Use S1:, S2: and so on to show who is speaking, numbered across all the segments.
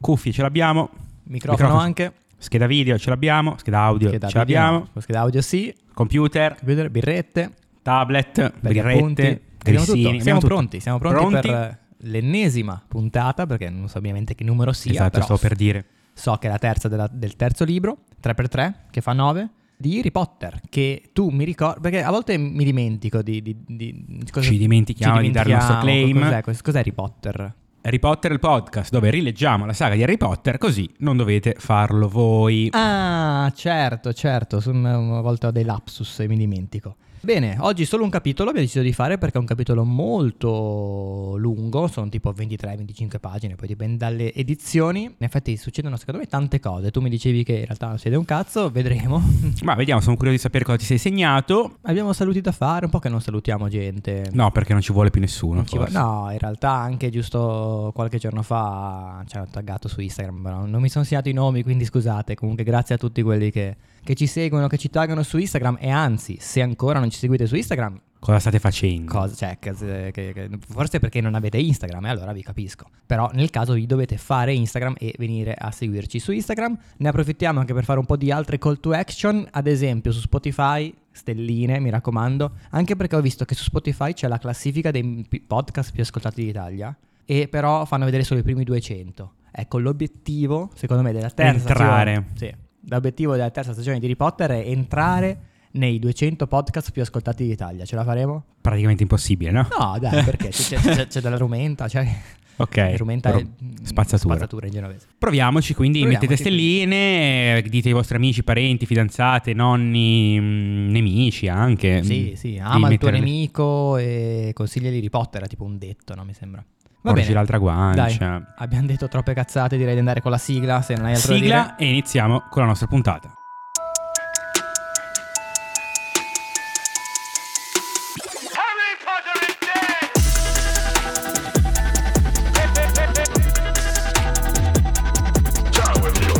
S1: cuffie ce l'abbiamo,
S2: Microfono,
S1: Microfono.
S2: anche.
S1: scheda video ce l'abbiamo, scheda audio
S2: Scheda
S1: ce l'abbiamo,
S2: video, Scheda audio sì.
S1: computer,
S2: Computer, birrette.
S1: tablet,
S2: belli appunti.
S1: birrette,
S2: Abbiamo tutto.
S1: grissini,
S2: Siamo,
S1: abbiamo tutto.
S2: pronti, siamo pronti,
S1: Pronti?
S2: per eh, l'ennesima puntata, perché non so ovviamente che numero sia,
S1: Esatto,
S2: però
S1: sto per dire.
S2: so che è la terza della- del terzo libro, 3x3, che fa 9, di Harry Potter, che tu mi ricordi, perché a volte mi dimentico di... di, di- cosa-
S1: Ci dimentichiamo di dare il nostro
S2: dimentichiamo,
S1: claim.
S2: Cos'è, cos'è Harry Potter?
S1: Harry Potter il podcast dove rileggiamo la saga di Harry Potter così non dovete farlo voi.
S2: Ah, certo, certo, son- una volta ho dei lapsus e mi dimentico. Bene, oggi solo un capitolo abbiamo deciso di fare perché è un capitolo molto lungo, sono tipo 23-25 pagine, poi dipende dalle edizioni. In effetti succedono secondo me tante cose, tu mi dicevi che in realtà non siete un cazzo, vedremo.
S1: Ma vediamo, sono curioso di sapere cosa ti sei segnato.
S2: Abbiamo saluti da fare, un po' che non salutiamo gente.
S1: No, perché non ci vuole più nessuno.
S2: Non ci
S1: forse.
S2: va- no, in realtà anche giusto qualche giorno fa ci hanno taggato su Instagram, però non mi sono segnato i nomi, quindi scusate. Comunque grazie a tutti quelli che, che ci seguono, che ci taggano su Instagram e anzi, se ancora non ci seguite su Instagram,
S1: Cosa state facendo?
S2: cosa- cioè, che- che- che- forse perché non avete Instagram e allora vi capisco. Però nel caso vi dovete fare Instagram e venire a seguirci su Instagram. Ne approfittiamo anche per fare un po' di altre call to action, ad esempio su Spotify. Stelline, mi raccomando, anche perché ho visto che su Spotify c'è la classifica dei pi- podcast più ascoltati d'Italia e però fanno vedere solo i primi 200. Ecco, l'obiettivo, secondo me, della terza
S1: Entrare.
S2: stagione- sì, l'obiettivo della terza stagione di Harry Potter è entrare nei 200 podcast più ascoltati d'Italia. Ce la faremo?
S1: Praticamente impossibile, no?
S2: No, dai, perché c'è, c'è- c'è- c'è della rumenta, cioè
S1: Ok.
S2: rumenta
S1: Ru-
S2: è mm,
S1: spazzatura.
S2: spazzatura in genovese.
S1: Proviamoci, quindi
S2: Proviamoci,
S1: mettete stelline, dite ai vostri amici, parenti, fidanzate, nonni, mh, nemici anche.
S2: Sì, sì, ama il tuo nemico e consiglia di Potter, era tipo un detto, no, mi sembra. Va
S1: Porgi
S2: bene.
S1: l'altra guancia.
S2: Abbiamo detto troppe cazzate, direi di andare con la sigla, se non hai altro da dire.
S1: Sigla e iniziamo con la nostra puntata.
S3: Harry Potter is dead! Hip, hip, hip, hip. Down with you.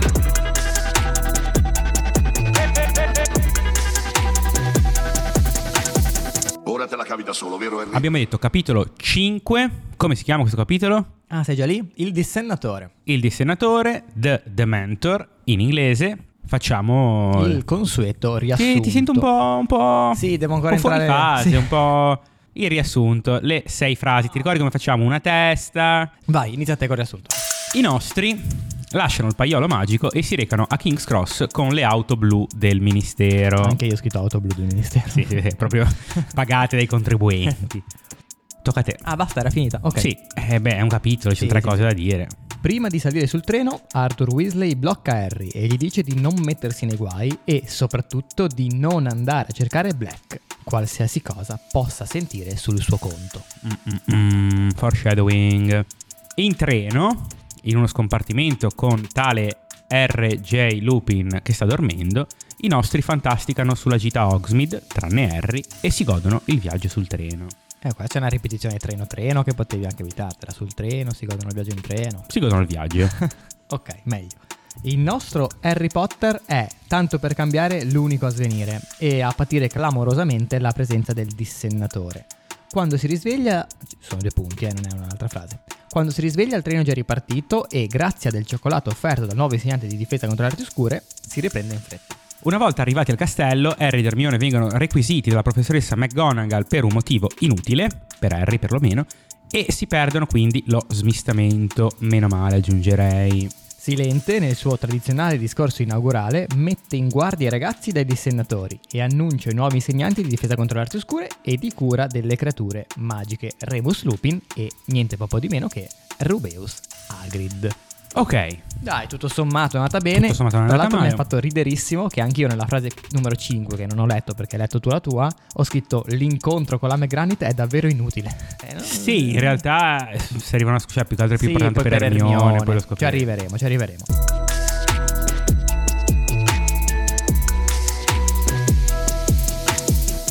S3: Hip, hip, hip, hip.
S4: Ora te la cavi da solo, vero Henry?
S1: Abbiamo detto capitolo 5. Come si chiama questo capitolo?
S2: Ah, sei già lì? Il dissennatore.
S1: Il dissennatore, The Dementor, in inglese. Facciamo...
S2: Il consueto riassunto.
S1: Sì, ti sento un po'... Un po'...
S2: Sì, devo ancora
S1: un po' fuori
S2: entrare-
S1: fase,
S2: sì.
S1: un po'... Il riassunto, le sei frasi. Ti ricordi come facciamo? Una testa...
S2: Vai, inizia te con il riassunto.
S1: I nostri lasciano il paiolo magico e si recano a King's Cross con le auto blu del ministero.
S2: Anche io ho scritto auto blu del ministero.
S1: Oh. Sì, sì, sì, proprio pagate dai contribuenti. Tocca a te.
S2: Ah, basta, era finita. Ok.
S1: Sì, eh beh, è un capitolo, ci
S2: Sì,
S1: sono tre
S2: sì,
S1: cose
S2: sì.
S1: da dire.
S2: Prima di salire sul treno, Arthur Weasley blocca Harry e gli dice di non mettersi nei guai e soprattutto di non andare a cercare Black, qualsiasi cosa possa sentire sul suo conto.
S1: Mm, mm, mm, foreshadowing. In treno, in uno scompartimento con tale R.J. Lupin che sta dormendo, i nostri fantasticano sulla gita a Hogsmeade, tranne Harry, e si godono il viaggio sul treno.
S2: Eh, qua c'è una ripetizione treno-treno che potevi anche evitartela. Sul treno si godono il viaggio in treno.
S1: Si godono il viaggio.
S2: Ok, meglio. Il nostro Harry Potter è, tanto per cambiare, l'unico a svenire e a patire clamorosamente la presenza del dissennatore. Quando si risveglia, sono due punti, eh, non è un'altra frase. Quando si risveglia il treno è già ripartito e grazie del cioccolato offerto dal nuovo insegnante di difesa contro le arti oscure si riprende in fretta.
S1: Una volta arrivati al castello, Harry ed Hermione vengono requisiti dalla professoressa McGonagall per un motivo inutile, per Harry perlomeno, e si perdono quindi lo smistamento, meno male aggiungerei.
S2: Silente, nel suo tradizionale discorso inaugurale, mette in guardia i ragazzi dai dissennatori e annuncia i nuovi insegnanti di difesa contro le arti oscure e di cura delle creature magiche Remus Lupin e niente poco di meno che Rubeus Hagrid.
S1: Ok,
S2: Dai, tutto sommato è andata bene.
S1: Tutto sommato non è
S2: Tra
S1: andata
S2: l'altro mi ha
S1: male.
S2: fatto riderissimo che anch'io nella frase numero 5, che non ho letto perché hai letto tu la tua, ho scritto l'incontro con la McGranit è davvero inutile. Eh, no?
S1: sì, in realtà eh, si arriva a una scusa più che altro è più
S2: Sì,
S1: importante
S2: poi
S1: per, Hermione, poi lo
S2: Ci
S1: scopriremo.
S2: arriveremo, ci arriveremo.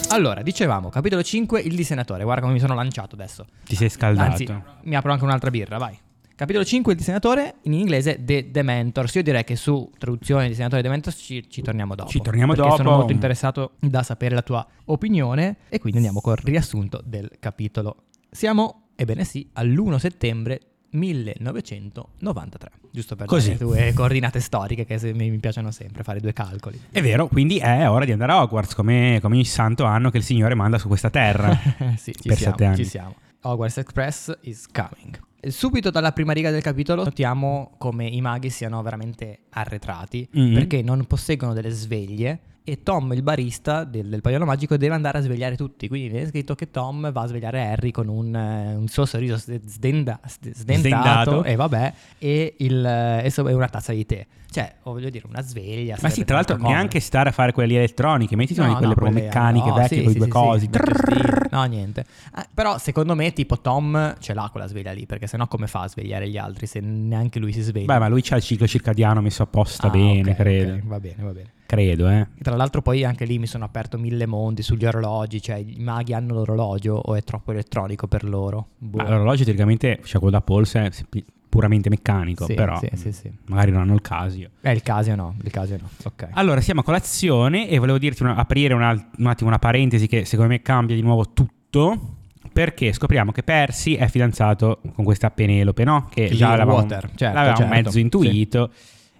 S2: Allora, dicevamo, capitolo 5, il dissenatore. Guarda come mi sono lanciato adesso.
S1: Ti sei scaldato.
S2: Anzi, mi apro anche un'altra birra, vai. Capitolo 5, il dissenatore, in inglese The Dementors. Io direi che su traduzione di senatore Dementors ci, ci torniamo dopo.
S1: Ci torniamo
S2: perché
S1: dopo.
S2: sono molto interessato da sapere la tua opinione e quindi andiamo col riassunto del capitolo. Siamo, ebbene sì, all'1 settembre 1993, giusto per
S1: Così.
S2: dare due coordinate storiche che se- mi mi piacciono sempre fare due calcoli.
S1: È vero, quindi è ora di andare a Hogwarts, come, come ogni santo anno che il Signore manda su questa terra.
S2: sì, ci
S1: per
S2: siamo,
S1: sette anni.
S2: ci siamo. Hogwarts Express is coming. Subito dalla prima riga del capitolo notiamo come i maghi siano veramente arretrati
S1: Mhm.
S2: perché non posseggono delle sveglie e Tom, il barista del, del paiolo magico, deve andare a svegliare tutti. Quindi viene scritto che Tom va a svegliare Harry con un, eh, un suo sorriso sde- sdenda- sde-
S1: Sdendato.
S2: sdentato e vabbè, e, il, eh, e so- e una tazza di tè. Cioè, oh, voglio dire, una sveglia.
S1: Ma
S2: sarebbe
S1: sì, tra l'altro
S2: tanto comodo.
S1: neanche stare a fare quelle lì elettroniche, mettiti una di
S2: No,
S1: quelle
S2: no,
S1: proprio meccaniche
S2: no,
S1: vecchie
S2: sì,
S1: con
S2: sì,
S1: i due
S2: sì,
S1: cosi.
S2: sì, vecchio stile. no, niente. Eh, però secondo me tipo Tom ce l'ha quella sveglia lì, perché sennò come fa a svegliare gli altri se neanche lui si sveglia?
S1: Beh, ma lui c'ha il ciclo circadiano messo apposta
S2: Ah,
S1: bene,
S2: ok,
S1: credo.
S2: ok, va bene, va bene.
S1: Credo, eh.
S2: E tra l'altro poi anche lì mi sono aperto mille mondi sugli orologi, cioè i maghi hanno l'orologio o è troppo elettronico per loro? Boh.
S1: Ma l'orologio teoricamente, cioè quello da polso è sempli- puramente meccanico,
S2: Sì,
S1: però Mm.
S2: sì, sì, sì.
S1: magari non hanno il casio.
S2: Eh, il caso no, il caso no. Ok.
S1: Ecco. Allora, siamo a colazione e volevo dirti una- aprire una- un attimo una parentesi che secondo me cambia di nuovo tutto. Perché scopriamo che Percy è fidanzato con questa Penelope, no? Che
S2: Lily
S1: già l'avevamo,
S2: Water, certo,
S1: l'avevamo
S2: certo,
S1: mezzo
S2: sì.
S1: intuito.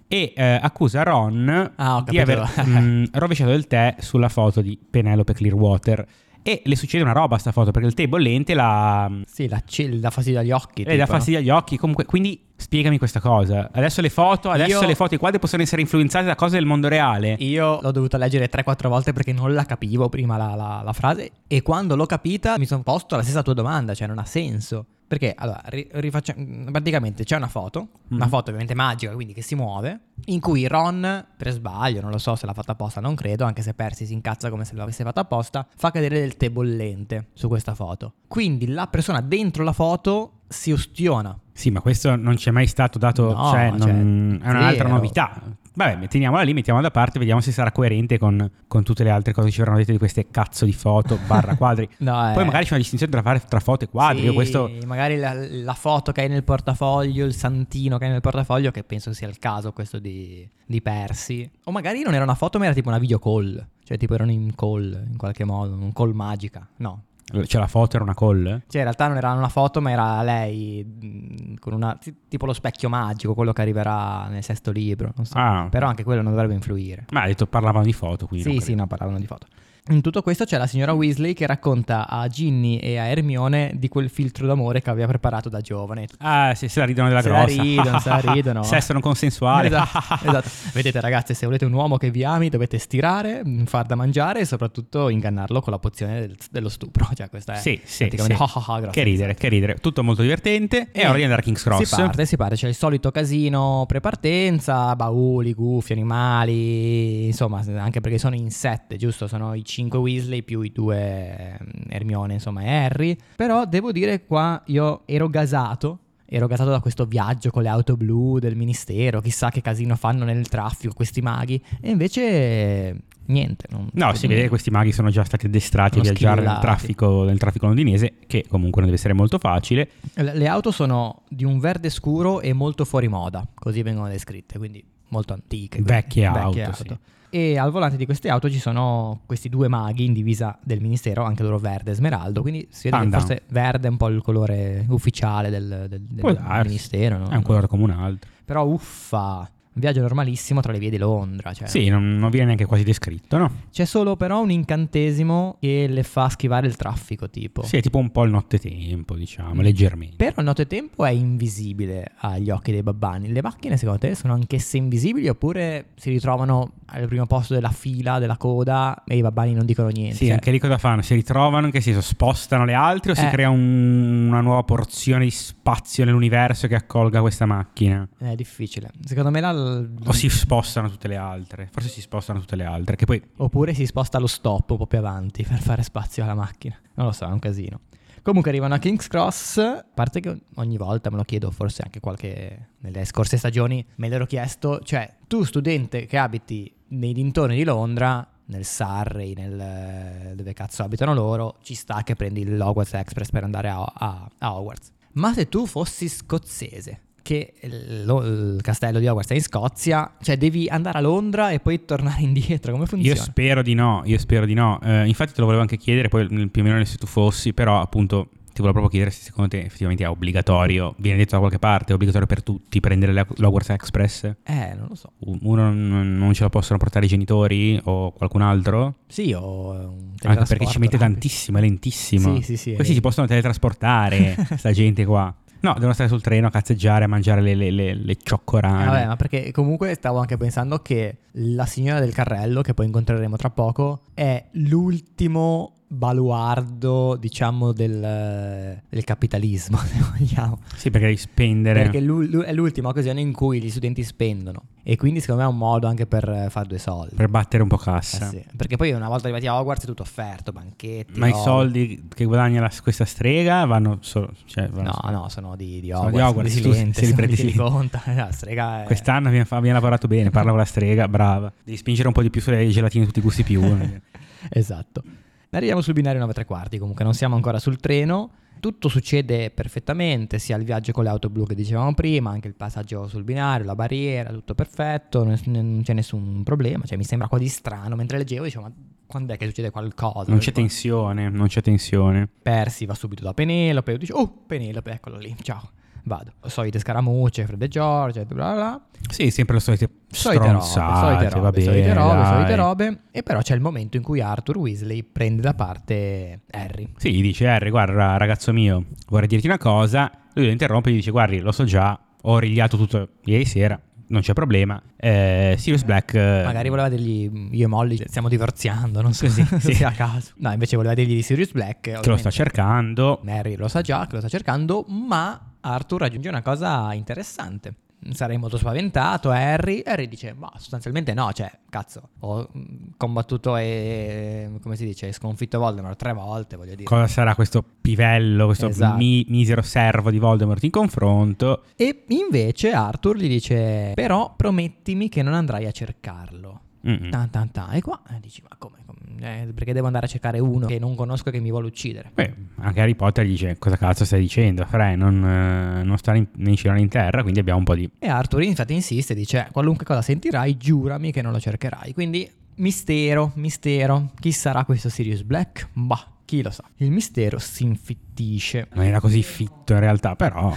S1: E eh, accusa Ron
S2: Ah, ho
S1: di aver
S2: capito.
S1: mm, rovesciato il tè sulla foto di Penelope Clearwater. E le succede una roba a sta foto, perché il tè bollente la,
S2: Sì, la, ce- la fastidio agli occhi.
S1: e dà
S2: tipo, no?
S1: fastidio agli occhi. Comunque, quindi spiegami questa cosa. Adesso le foto, adesso
S2: Io-
S1: le foto e i quadri possono essere influenzate da cose del mondo reale.
S2: Io l'ho dovuta leggere 3-4 volte perché non la capivo prima la, la- la frase e quando l'ho capita mi sono posto la stessa tua domanda, cioè non ha senso. Perché allora, ri- rifaccia- mm, praticamente c'è una foto, una foto ovviamente magica, quindi che si muove, in cui Ron, per sbaglio, non lo so se l'ha fatta apposta, non credo, anche se Percy si incazza come se l'avesse fatta apposta, fa cadere del tè bollente su questa foto. Quindi la persona dentro la foto si ustiona.
S1: Sì, ma questo non c'è mai stato dato.
S2: No,
S1: cioè,
S2: cioè,
S1: non- è un'altra
S2: zero.
S1: novità. Vabbè, teniamola lì, mettiamola da parte, vediamo se sarà coerente con, con tutte le altre cose che ci verranno dette di queste cazzo di foto barra quadri.
S2: No,
S1: Poi
S2: eh.
S1: magari c'è una distinzione da fare tra foto e quadri. Io
S2: Sì,
S1: questo
S2: Magari la, la foto che hai nel portafoglio, il santino che hai nel portafoglio, che penso sia il caso questo di, di Persi. O magari non era una foto, ma era tipo una video call. Cioè, tipo erano in call in qualche modo, un call magica. No.
S1: Cioè, la foto era una call?
S2: Cioè, in realtà non era una foto, ma era lei mh, con una. ti- tipo lo specchio magico, quello che arriverà nel sesto libro. non so.
S1: Ah.
S2: Però anche quello non dovrebbe influire.
S1: Ma ha detto parlavano di foto, quindi.
S2: Sì,
S1: non
S2: sì,
S1: credo.
S2: no, parlavano di foto. In tutto questo c'è la signora Weasley che racconta a Ginny e a Hermione di quel filtro d'amore che aveva preparato da giovane.
S1: Ah, se, se la ridono della
S2: Se la
S1: grossa.
S2: ridono, se la ridono.
S1: Sesso non consensuale.
S2: Esatto, esatto. Vedete ragazzi, se volete un uomo che vi ami dovete stirare, mh, far da mangiare e soprattutto ingannarlo con la pozione del- dello stupro. Cioè questa è
S1: Sì, sì,
S2: praticamente-
S1: sì.
S2: Ah, ah, ah, grazie. Eh.
S1: che ridere, che ridere. Tutto molto divertente. E ora di andare a King's Cross.
S2: Si parte, si parte, c'è il solito casino prepartenza, bauli, gufi, animali, insomma, anche perché sono in sette, giusto? Sono i cinque Weasley più i due eh, Hermione, insomma, e Harry. Però devo dire qua io ero gasato. Ero gasato da questo viaggio con le auto blu del ministero, chissà che casino fanno nel traffico questi maghi. E invece niente. non-
S1: No, si vede che questi maghi sono già stati addestrati a
S2: Mm. Sono
S1: viaggiare nel
S2: schillati.
S1: traffico, nel traffico londinese, che comunque non deve essere molto facile.
S2: Le le auto sono di un verde scuro e molto fuori moda, così vengono descritte, quindi molto antiche.
S1: Vecchie
S2: vecchie
S1: auto, sì.
S2: E al volante di queste auto ci sono questi due maghi in divisa del ministero, anche loro verde e smeraldo, quindi si vede
S1: Pandan.
S2: che forse verde è un po' il colore ufficiale del, del- del
S1: Può darsi.
S2: ministero. no?
S1: ah, È un colore come un altro.
S2: Però uffa, un viaggio normalissimo tra le vie di Londra. Cioè.
S1: Sì, non, non viene neanche quasi descritto, no?
S2: C'è solo però un incantesimo che le fa schivare il traffico, tipo.
S1: Sì, è tipo un po' il nottetempo,
S2: Mm.
S1: diciamo, leggermente.
S2: Però il nottetempo è invisibile agli occhi dei babbani. Le macchine, secondo te, sono anch'esse invisibili oppure si ritrovano al primo posto della fila, della coda e i babbani non dicono niente?
S1: Sì,
S2: Cioè,
S1: anche lì cosa fanno? Si ritrovano, in che senso spostano le altre o si
S2: Eh.
S1: crea un- una nuova porzione di spazio nell'universo che accolga questa macchina?
S2: Cioè, È difficile. Secondo me la...
S1: O si spostano tutte le altre? Forse si spostano tutte le altre, che poi
S2: Oppure si sposta lo stop un po' più avanti per fare spazio alla macchina. Non lo so, è un casino. Comunque arrivano a King's Cross, a parte che ogni volta me lo chiedo, forse anche qualche... nelle scorse stagioni me l'ero chiesto, cioè tu studente che abiti nei dintorni di Londra, nel Surrey, nel... eh, dove cazzo abitano loro, ci sta che prendi il Hogwarts Express per andare a, a- a Hogwarts. Ma se tu fossi scozzese, che il, lo- il castello di Hogwarts è in Scozia, cioè devi andare a Londra e poi tornare indietro, come funziona?
S1: Io spero di no, io spero di no. Eh, infatti te lo volevo anche chiedere, poi mm, più o meno se tu fossi, però appunto ti volevo proprio chiedere se secondo te effettivamente è obbligatorio, viene detto da qualche parte, è obbligatorio per tutti prendere la- l'Hogwarts Express?
S2: Eh, non lo so.
S1: U- Uno non non ce la possono portare i genitori o qualcun altro?
S2: Sì, o eh, un
S1: Anche perché ci mette
S2: teletrasporto rapido.
S1: tantissimo, è lentissimo.
S2: Sì, sì, sì, è
S1: Questi si
S2: vero.
S1: possono teletrasportare, sta gente qua. No, devono stare sul treno a cazzeggiare, a mangiare le, le- le- le
S2: Eh,
S1: cioccorane.
S2: vabbè, ma perché comunque stavo anche pensando che la signora del carrello, che poi incontreremo tra poco, è l'ultimo baluardo, diciamo, del, del capitalismo, se vogliamo.
S1: Sì, perché devi spendere.
S2: Perché l'u- l'u- è l'ultima occasione in cui gli studenti spendono. E quindi secondo me è un modo anche per eh, fare due soldi.
S1: Per battere un po'
S2: Eh
S1: cassa.
S2: sì, Perché poi una volta arrivati a Hogwarts è tutto offerto, banchetti.
S1: Ma i
S2: oro.
S1: soldi che guadagna la- questa strega vanno solo. Cioè, vanno
S2: No, no, sono di, di
S1: Sono
S2: Hogwarts.
S1: di Hogwarts, tu
S2: silente,
S1: se li
S2: sono
S1: prendi
S2: di chi
S1: lì.
S2: conta. La strega eh. è...
S1: Quest'anno abbiamo, fa- abbiamo lavorato bene, parla con la strega, brava. Devi spingere un po' di più sulle gelatine tutti i gusti più. eh.
S2: Esatto. Arriviamo sul binario 9 3 quarti, comunque non siamo ancora sul treno. Tutto succede perfettamente, sia il viaggio con le auto blu che dicevamo prima, anche il passaggio sul binario, la barriera, tutto perfetto, ness- non c'è nessun problema. Cioè, mi sembra quasi strano. Mentre leggevo, dicevo, ma quando è che succede qualcosa?
S1: non c'è tensione, non c'è tensione.
S2: Persi va subito da Penelope, io dice, oh, Penelope, eccolo lì, ciao, vado. Solite scaramucce, Fred e George, bla bla bla.
S1: Sì, sempre le solite
S2: Solite robe,
S1: stronzate,
S2: solite robe,
S1: va bene,
S2: solite robe,
S1: dai.
S2: solite robe. E però c'è il momento in cui Arthur Weasley prende da parte Harry.
S1: Sì, gli dice Harry, guarda ragazzo mio, vorrei dirti una cosa. Lui lo interrompe e gli dice, guardi, lo so già, ho rigliato tutto ieri sera, non c'è problema. Eh, Sirius Black... eh,
S2: Magari voleva dirgli "Mm, io e Molly stiamo divorziando, non so così,
S1: sì.
S2: sia a caso. No, invece voleva dirgli di Sirius Black.
S1: Che lo
S2: ovviamente
S1: sta cercando.
S2: Mary lo sa già, che lo sta cercando, ma Arthur aggiunge una cosa interessante. Sarei molto spaventato, Harry. Harry dice, ma sostanzialmente no, cioè, cazzo, ho mm, combattuto e, come si dice, sconfitto Voldemort tre volte, voglio dire.
S1: Cosa sarà questo pivello, questo
S2: Esatto.
S1: mi- misero servo di Voldemort in confronto?
S2: E invece Arthur gli dice: Però promettimi che non andrai a cercarlo.
S1: Mm-mm.
S2: Tan, tan, tan. E qua eh, dici: Ma come? come? Eh, perché devo andare a cercare uno che non conosco e che mi vuole uccidere?
S1: Beh, anche Harry Potter gli dice cosa cazzo stai dicendo, Fre, non, eh, non stare in, né in cielo né in terra, quindi abbiamo un po' di...
S2: E Arthur infatti insiste: Dice: "Eh, Qualunque cosa sentirai, giurami che non lo cercherai. Quindi, mistero, mistero. Chi sarà questo Sirius Black? Bah, chi lo sa. Il mistero si infittisce.
S1: Non era così fitto in realtà, però...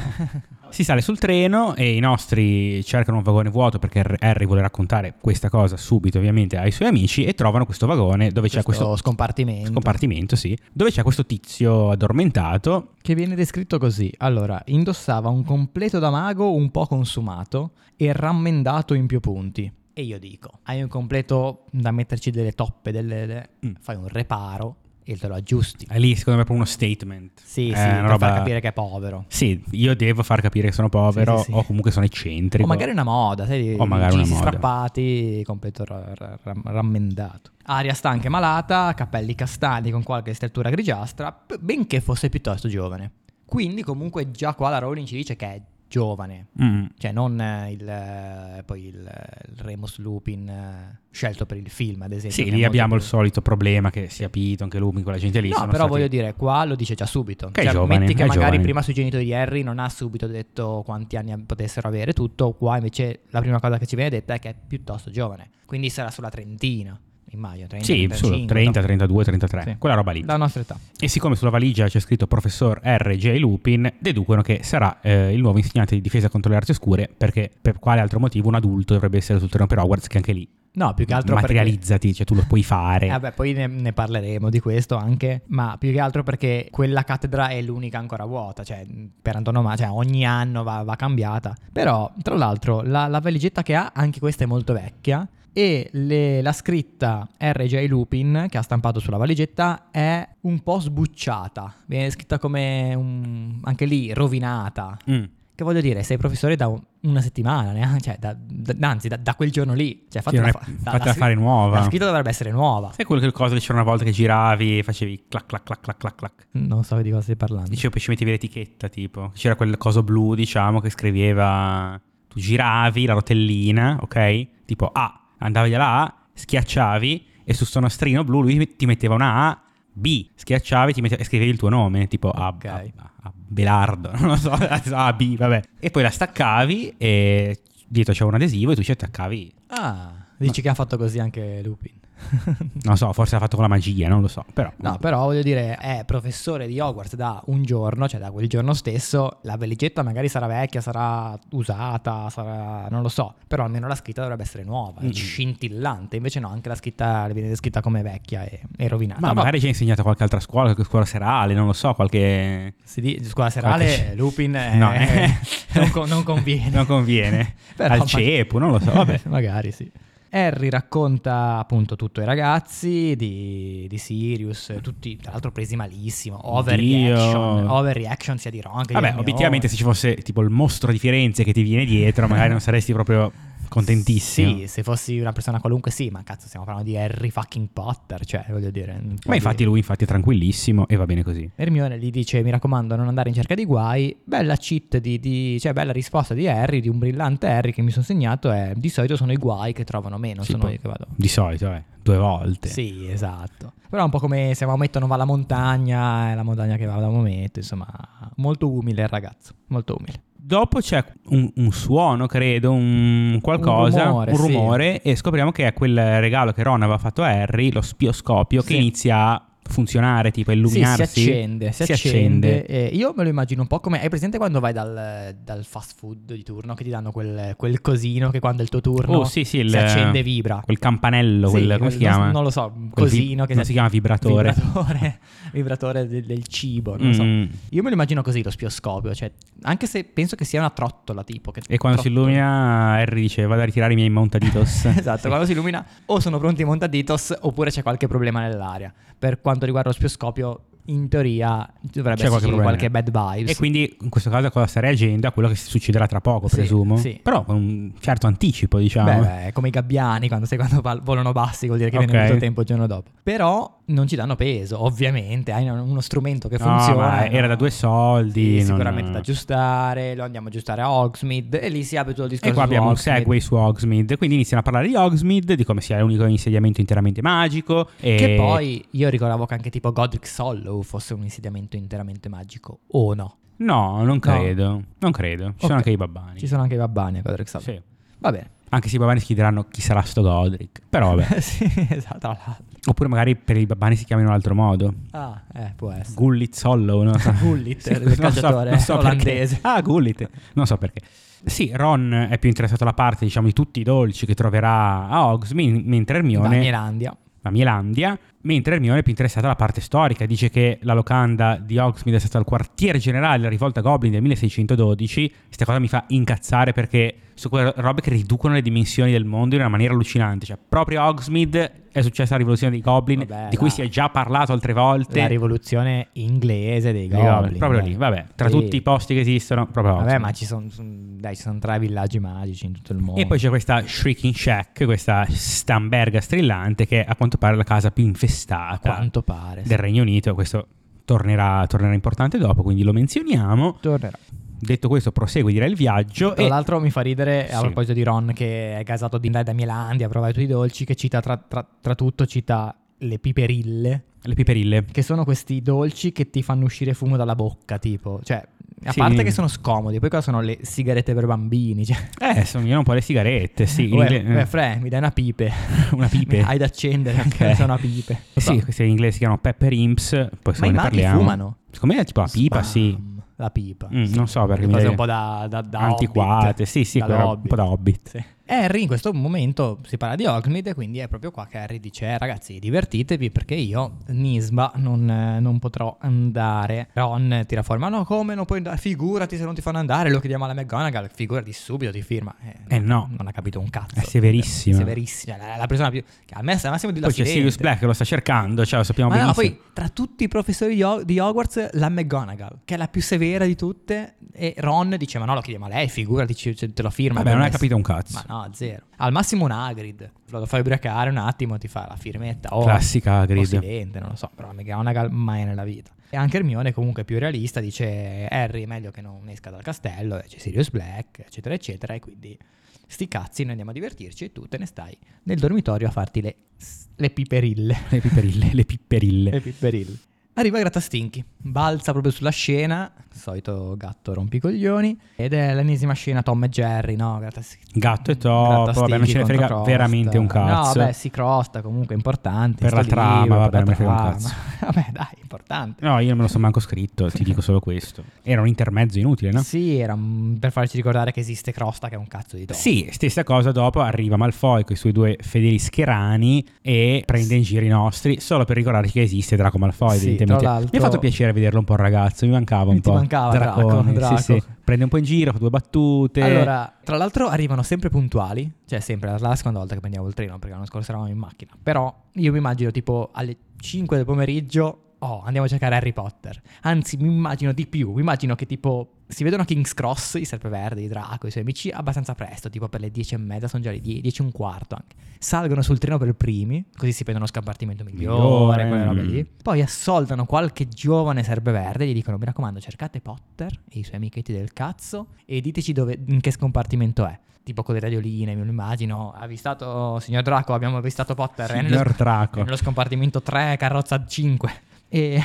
S1: si sale sul treno e i nostri cercano un vagone vuoto perché R- Harry vuole raccontare questa cosa subito ovviamente ai suoi amici e trovano questo vagone dove c'è questo
S2: scompartimento.
S1: scompartimento, sì, dove c'è questo tizio addormentato.
S2: Che viene descritto così. Allora, indossava un completo da mago un po' consumato e rammendato in più punti. E io dico, hai un completo da metterci delle toppe, delle, le-
S1: Mm.
S2: fai un reparo e te lo aggiusti.
S1: È lì secondo me proprio uno statement.
S2: Sì,
S1: È
S2: sì,
S1: Eh, una
S2: per
S1: roba-
S2: far capire che è povero.
S1: Sì, io devo far capire che sono povero
S2: Sì, sì, sì.
S1: o comunque sono eccentrico.
S2: O magari una moda, sai,
S1: O magari una
S2: jeans
S1: moda.
S2: strappati, completo ra- ra- ra- rammendato. Aria stanca e malata, capelli castani con qualche strettura grigiastra, p- benché fosse piuttosto giovane. Quindi comunque già qua la Rowling ci dice che è giovane,
S1: Mm.
S2: Cioè, non eh, il, eh, poi il, eh, il Remus Lupin eh, scelto per il film, ad esempio.
S1: Sì,
S2: che è
S1: lì
S2: molto
S1: abbiamo il
S2: più-
S1: solito problema che si è Piton, che Lupin, quella gente lì.
S2: No,
S1: sono
S2: però
S1: stati-
S2: voglio dire, qua lo dice già subito.
S1: Che è
S2: cioè,
S1: giovane,
S2: metti che
S1: è
S2: magari
S1: giovane.
S2: prima sui genitori di Harry non ha subito detto quanti anni potessero avere tutto, qua invece la prima cosa che ci viene detta è che è piuttosto giovane. Quindi sarà sulla trentina, immagino. 30,
S1: Sì,
S2: 35,
S1: solo 30,
S2: no?
S1: 32, 33,
S2: Sì.
S1: quella roba lì.
S2: La nostra età.
S1: E siccome sulla valigia c'è scritto professor R.J. Lupin, deducono che sarà eh, il nuovo insegnante di difesa contro le arti oscure, perché per quale altro motivo un adulto dovrebbe essere sul terreno per Hogwarts, che anche lì
S2: No, più che altro perché...
S1: materializzati, cioè tu lo puoi fare.
S2: Eh, vabbè, poi ne, ne parleremo di questo anche, ma più che altro perché quella cattedra è l'unica ancora vuota, cioè mh, per antonomasia, cioè ogni anno va, va cambiata. Però, tra l'altro, la, la valigetta che ha, anche questa è molto vecchia, e le- la scritta R.J. Lupin che ha stampato sulla valigetta è un po' sbucciata, viene scritta come un- anche lì rovinata.
S1: Mm.
S2: Che voglio dire, sei professore da un- una settimana, neanche, cioè, da- da- anzi, da, da quel giorno lì. Cioè, fatela,
S1: non è-
S2: fa- la-
S1: fatela
S2: la
S1: fare
S2: scri-
S1: nuova.
S2: La scritta dovrebbe essere nuova.
S1: Sai quelle cose che c'era una volta che giravi e facevi clac clac clac clac clac clac?
S2: Non so di cosa stai parlando.
S1: Dicevo, poi ci mettevi l'etichetta, tipo. C'era quel coso blu, diciamo, che scriveva... Tu giravi la rotellina, ok? Tipo A, andavi alla A, schiacciavi e su sto nastrino blu lui ti metteva una A, B, schiacciavi ti metteva- e scrivevi il tuo nome, tipo A,
S2: Ok.
S1: A, A- A- Belardo, non lo so, A, B, vabbè. E poi la staccavi e dietro c'era un adesivo e tu ci attaccavi
S2: ah, Dici che ha fatto così anche Lupin.
S1: Non so, forse l'ha fatto con la magia, non lo so. Però.
S2: No, però voglio dire, è professore di Hogwarts da un giorno, cioè da quel giorno stesso, la valigetta magari sarà vecchia, sarà usata, sarà... non lo so, però almeno la scritta dovrebbe essere nuova,
S1: Mm.
S2: scintillante, invece no, anche la scritta viene descritta come vecchia e, e rovinata.
S1: Ma
S2: Vabbè,
S1: magari ci ha insegnato qualche altra scuola, qualche scuola serale, non lo so, qualche...
S2: si di- scuola serale,
S1: Qualche-
S2: Lupin, eh,
S1: No, eh.
S2: non, co- non conviene.
S1: non conviene.
S2: Però
S1: Al
S2: ma-
S1: cepu, non lo so, vabbè.
S2: Magari sì. Harry racconta appunto tutto ai ragazzi di, di Sirius, tutti tra l'altro presi malissimo, overreaction,
S1: Dio.
S2: overreaction sia di Ron che di
S1: Vabbè,
S2: Hermione.
S1: obiettivamente se ci fosse tipo il mostro di Firenze che ti viene dietro, magari non saresti proprio contentissimo.
S2: Sì, se fossi una persona qualunque sì, ma cazzo stiamo parlando di Harry fucking Potter, cioè voglio dire... un po'
S1: Ma
S2: di-
S1: infatti lui infatti è tranquillissimo e va bene così.
S2: Hermione gli dice mi raccomando non andare in cerca di guai, bella cheat di, di- cioè bella risposta di Harry, di un brillante Harry che mi sono segnato è di solito sono i guai che trovano me, non
S1: Sì,
S2: sono
S1: poi-
S2: io che vado.
S1: Di solito, eh, due volte.
S2: Sì, esatto. Però è un po' come se Maometto non va alla montagna, è la montagna che va da Maometto, insomma, molto umile il ragazzo, molto umile.
S1: Dopo c'è un, un suono, credo, un qualcosa,
S2: Un
S1: un
S2: rumore,
S1: rumore,
S2: sì.
S1: e scopriamo che è quel regalo che Ron aveva fatto a Harry, lo spioscopio,
S2: Sì.
S1: che inizia a funzionare, tipo a
S2: Sì, si
S1: illuminarsi.
S2: accende, si,
S1: Si
S2: accende.
S1: accende.
S2: Eh, io me lo immagino un po' come... Hai presente quando vai dal, dal fast food di turno che ti danno quel, quel cosino che quando è il tuo turno
S1: Oh, sì, sì, il-
S2: si accende e vibra?
S1: Quel campanello,
S2: Sì,
S1: quel, come
S2: quel-
S1: si chiama?
S2: Non, non lo so, un
S1: Quel vi-
S2: cosino che
S1: non si chiama vibratore.
S2: Vibratore, vibratore del, del cibo, non so.
S1: Mm.
S2: Io me lo immagino così lo spioscopio, cioè, anche se penso che sia una trottola tipo. Che
S1: E quando si
S2: trottola.
S1: illumina, Harry dice: Vado a ritirare i miei montaditos.
S2: Esatto, quando si illumina o sono pronti i montaditos oppure c'è qualche problema nell'aria. Per quanto riguarda lo spioscopio, in teoria dovrebbe
S1: C'è qualche
S2: esserci qualche,
S1: problema.
S2: bad vibes.
S1: E quindi in questo caso cosa sarei agendo a quello che succederà tra poco,
S2: Sì,
S1: presumo.
S2: sì.
S1: Però con un certo anticipo, diciamo.
S2: Beh, beh, è come i gabbiani quando, sai, quando val- volano bassi vuol dire che viene
S1: Ok.
S2: tutto il tempo il giorno dopo. Però non ci danno peso, ovviamente, hai uno strumento che
S1: No,
S2: funziona.
S1: ma era
S2: no?
S1: da due
S2: Sì,
S1: soldi. non-
S2: sicuramente da aggiustare, lo andiamo a aggiustare a Hogsmeade e lì si apre tutto il discorso.
S1: E qua
S2: su
S1: abbiamo un
S2: Hogsmeade.
S1: segue su Hogsmeade, quindi iniziano a parlare di Hogsmeade, di come sia l'unico insediamento interamente magico. E
S2: Che poi io ricordavo che anche tipo Godric Sollow fosse un insediamento interamente magico, o no?
S1: No, non credo. Non credo. Ci
S2: Ok.
S1: sono anche i babbani.
S2: Ci sono anche i babbani a Godric Sollow.
S1: Sì.
S2: Va bene.
S1: Anche se i babbani si chiederanno chi sarà sto Godric. Però vabbè.
S2: sì, esatto. tra l'altro.
S1: Oppure magari per i babbani si chiamano in un altro modo.
S2: Ah, eh, può essere.
S1: Gullit Sollow, no?
S2: Gullit, il
S1: non so-
S2: calciatore
S1: non so perché.
S2: olandese.
S1: Ah, Gullit. Non so perché. Sì, Ron è più interessato alla parte, diciamo, di tutti i dolci che troverà a Hogsmeade, mentre Hermione...
S2: Danielandia.
S1: la Mielandia, mentre Hermione è più interessata alla parte storica, dice che la locanda di Hogsmeade è stata il quartier generale della rivolta Goblin del 1612, questa cosa mi fa incazzare perché sono quelle robe che riducono le dimensioni del mondo in una maniera allucinante, cioè proprio a Hogsmeade è successa la rivoluzione dei Goblin,
S2: Vabbè,
S1: di cui
S2: la-
S1: si è già parlato altre volte,
S2: La rivoluzione inglese dei
S1: Dei Goblin,
S2: Goblin.
S1: proprio
S2: dai.
S1: lì, vabbè, tra
S2: Sì.
S1: tutti i posti che esistono, proprio
S2: Vabbè,
S1: Hogsmeade.
S2: ma ci sono dai, ci sono tre villaggi magici in tutto il mondo.
S1: E poi c'è questa Shrieking Shack, questa stamberga strillante che è a quanto pare la casa più infestata.
S2: a quanto pare.
S1: del Regno Unito, questo tornerà, tornerà importante dopo, quindi lo menzioniamo.
S2: Tornerà.
S1: Detto questo, prosegue direi il viaggio.
S2: Tra
S1: e
S2: l'altro mi fa ridere a
S1: Sì.
S2: proposito di Ron che è gasato di andare da Mielandia a provare tutti i dolci, che cita tra, tra- tra tutto cita le piperille,
S1: le piperille.
S2: che sono questi dolci che ti fanno uscire fumo dalla bocca, tipo, cioè, a
S1: Sì.
S2: parte che sono scomodi, poi qua sono le sigarette per bambini, cioè,
S1: Eh, somigliano un po' alle sigarette, sì. in eh.
S2: Uè,
S1: ingle-
S2: uè, Fre, mi dai una pipe,
S1: una pipe.
S2: hai da accendere,
S1: Ok.
S2: sono una pipe.
S1: Eh sì, queste in inglese si chiamano Pepper Imps, poi se
S2: Ma i
S1: ne
S2: maghi
S1: parliamo.
S2: fumano?
S1: Secondo me è tipo la pipa,
S2: Spam,
S1: sì.
S2: La pipa.
S1: Mm, non so perché mi
S2: Cose
S1: dai-
S2: un po' da, da, da
S1: antiquate,
S2: Hobbit.
S1: sì, sì,
S2: Da
S1: quella roba- un
S2: Hobbit.
S1: po' da Hobbit.
S2: Sì. Eh, Harry in questo momento si parla di Hogsmeade e quindi è proprio qua che Harry dice "Eh, ragazzi divertitevi perché io Nisba non, eh, non potrò andare Ron tira fuori ma no come non puoi andare figurati se non ti fanno andare lo chiediamo alla McGonagall figurati subito ti firma
S1: Eh, no. Eh,
S2: non ha capito un cazzo
S1: È severissima.
S2: severissima la, la persona più che a me è al massimo di
S1: Poi c'è Sirius Black che lo sta cercando, cioè lo sappiamo
S2: ma no,
S1: benissimo.
S2: poi tra tutti i professori di, Ho- di Hogwarts, la McGonagall, che è la più severa di tutte, e Ron dice: Ma no, lo chiediamo a lei, figurati, ci- ci- te lo firma.
S1: Vabbè, non hai
S2: permesso."
S1: capito un cazzo.
S2: Ma no, zero. Al massimo un Hagrid, lo fai ubriacare un attimo, ti fa la firmetta. O,
S1: Classica Hagrid.
S2: O silente, non lo so, però la McGonagall mai nella vita. E anche Hermione, comunque, è più realista, dice: Harry è meglio che non esca dal castello, e c'è Sirius Black, eccetera, eccetera, e quindi... Sti cazzi, noi andiamo a divertirci e tu te ne stai nel dormitorio a farti le, le piperille.
S1: Le piperille, le piperille.
S2: E Pipperil. Arriva Grattastinchi, balza proprio sulla scena, solito gatto rompicoglioni, ed è l'ennesima scena Tom e Jerry, no? Grattastinchi.
S1: Gatto e top, "Oh, vabbè, non ce ne frega veramente un cazzo.
S2: No, beh, si crosta comunque, è importante.
S1: Per
S2: sto
S1: la
S2: libro,
S1: trama, vabbè,
S2: per
S1: non
S2: la
S1: me frega un
S2: trama.
S1: cazzo.
S2: vabbè, dai, importante.
S1: No, io non me lo so manco scritto, ti dico solo questo. Era un intermezzo inutile, no?
S2: Sì, era mm, per farci ricordare che esiste Crosta, che è un cazzo di Tom.
S1: Sì, stessa cosa dopo arriva Malfoy con i suoi due fedeli scherani e prende in giro i nostri solo per ricordarci che esiste Draco Malfoy,
S2: Sì,
S1: evidentemente.
S2: tra l'altro-
S1: Mi ha fatto piacere vederlo un po' il ragazzo, mi mancava un
S2: Ti
S1: po'.
S2: mancava Draco,
S1: Dracone,
S2: Draco.
S1: Sì, sì. Prende un po' in giro, fa due battute.
S2: Allora, tra l'altro arrivano sempre puntuali, cioè sempre, è la seconda volta che prendiamo il treno perché l'anno scorso eravamo in macchina, però io mi immagino tipo alle 5 del pomeriggio, oh, andiamo a cercare Harry Potter, anzi mi immagino di più, mi immagino che tipo si vedono a King's Cross, i Serpeverdi, i Draco, i suoi amici abbastanza presto, tipo per le 10 e mezza, sono già le 10, 10 e un quarto anche, salgono sul treno per primi, così si prendono scompartimento migliore,
S1: Migliore,
S2: quelle robe
S1: mm.
S2: lì, poi assoltano qualche giovane serpeverde e gli dicono: Mi raccomando, cercate Potter e i suoi amichetti del cazzo e diteci dove, in che scompartimento è. Tipo con le radioline, me lo immagino. Avvistato, signor Draco, abbiamo avvistato Potter. è nello-
S1: Signor Draco.
S2: è nello scompartimento 3, carrozza 5. E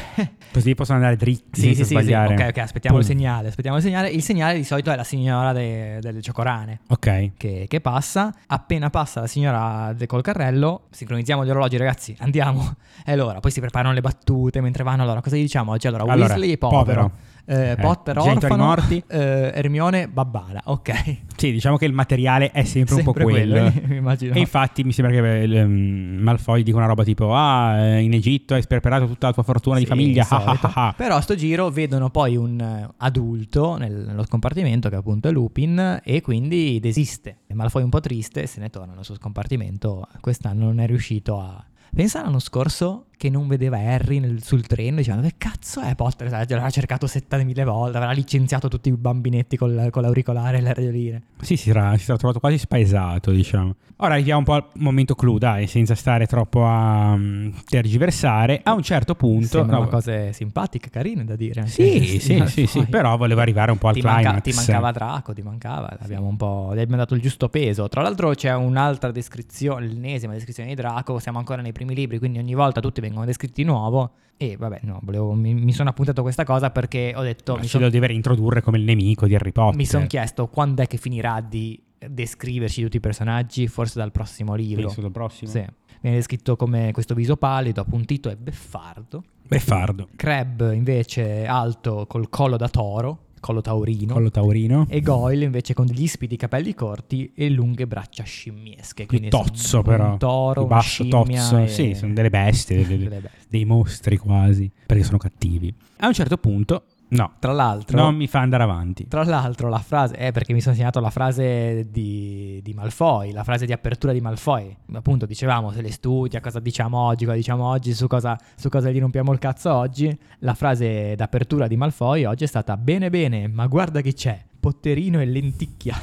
S1: Così possono andare dritti senza sbagliare.
S2: Ok, ok, aspettiamo il
S1: Pum.
S2: segnale. Aspettiamo il segnale. Il segnale di solito è la signora de- delle ciocorane
S1: Ok.
S2: che, che passa. Appena passa la signora de- col carrello, sincronizziamo gli orologi, ragazzi. Andiamo. È l'ora. Poi si preparano le battute mentre vanno. Allora, cosa gli diciamo oggi? Allora,
S1: Allora,
S2: Weasley è povero.
S1: povero.
S2: eh,
S1: Eh,
S2: Potter
S1: genitori
S2: orfano.
S1: morti.
S2: eh, Hermione babbana. Ok.
S1: Sì, diciamo che il materiale è sempre, un po'
S2: Sempre
S1: quello. eh.
S2: quello, mi immagino.
S1: E infatti mi sembra che eh, il, mm, Malfoy dica una roba tipo: Ah, eh, in Egitto hai sperperato tutta la tua fortuna di
S2: Sì,
S1: famiglia. ah, ah,
S2: solito.
S1: ah, ah.
S2: Però a sto giro vedono poi un eh, adulto nel- nello scompartimento che appunto è Lupin e quindi desiste. E Malfoy un po' triste se ne torna nel suo scompartimento. Quest'anno non è riuscito a... Pensa l'anno scorso che non vedeva Harry nel- sul treno diceva che cazzo è Potter? Sai, L'aveva cercato 70.000 volte, avrà licenziato tutti i bambinetti col- con l'auricolare e le radioline.
S1: Sì, si sarà, si sarà trovato quasi spaesato, diciamo. Ora arriviamo un po' al momento clou, dai, senza stare troppo a mm, tergiversare. A un certo punto.
S2: Sembrano
S1: no,
S2: cose simpatiche, carine da dire. anche
S1: sì, sì,
S2: questi
S1: sì, sì,
S2: Malfoy.
S1: però volevo arrivare un po' al
S2: ti,
S1: climax.
S2: manca- ti mancava Draco, ti mancava, abbiamo un po', gli abbiamo dato il giusto peso. Tra l'altro c'è un'altra descrizione, l'ennesima descrizione di Draco, siamo ancora nei primi libri, quindi ogni volta tutti vengono descritti di nuovo. E vabbè, no, volevo- mi, mi sono appuntato questa cosa perché ho detto,
S1: Ma
S2: mi
S1: ci
S2: son-
S1: lo deve reintrodurre come il eh. nemico di Harry Potter.
S2: mi sono chiesto quando è che finirà di descriverci tutti i personaggi, forse dal prossimo libro.
S1: Penso al prossimo.
S2: Sì. Viene descritto come questo viso pallido, appuntito e beffardo.
S1: Beffardo.
S2: Crab invece alto col collo da toro, collo taurino
S1: Collo taurino.
S2: e Goyle invece con degli ispidi capelli corti e lunghe braccia
S1: Più
S2: scimmiesche. Quindi
S1: tozzo,
S2: sono
S1: però.
S2: Un toro,
S1: Più
S2: una
S1: basso,
S2: scimmia
S1: tozzo.
S2: e-
S1: Sì, sono delle bestie, delle-
S2: delle bestie.
S1: dei mostri quasi, perché sono cattivi. A un certo punto, no,
S2: Tra l'altro,
S1: non mi fa andare avanti.
S2: tra l'altro la frase, eh, perché mi sono segnato la frase di, di Malfoy, la frase di apertura di Malfoy. Appunto, dicevamo se le studia, cosa diciamo oggi, cosa diciamo oggi, su cosa, su cosa gli rompiamo il cazzo oggi. La frase d'apertura di Malfoy oggi è stata bene bene, ma guarda che c'è, Potterino e lenticchia.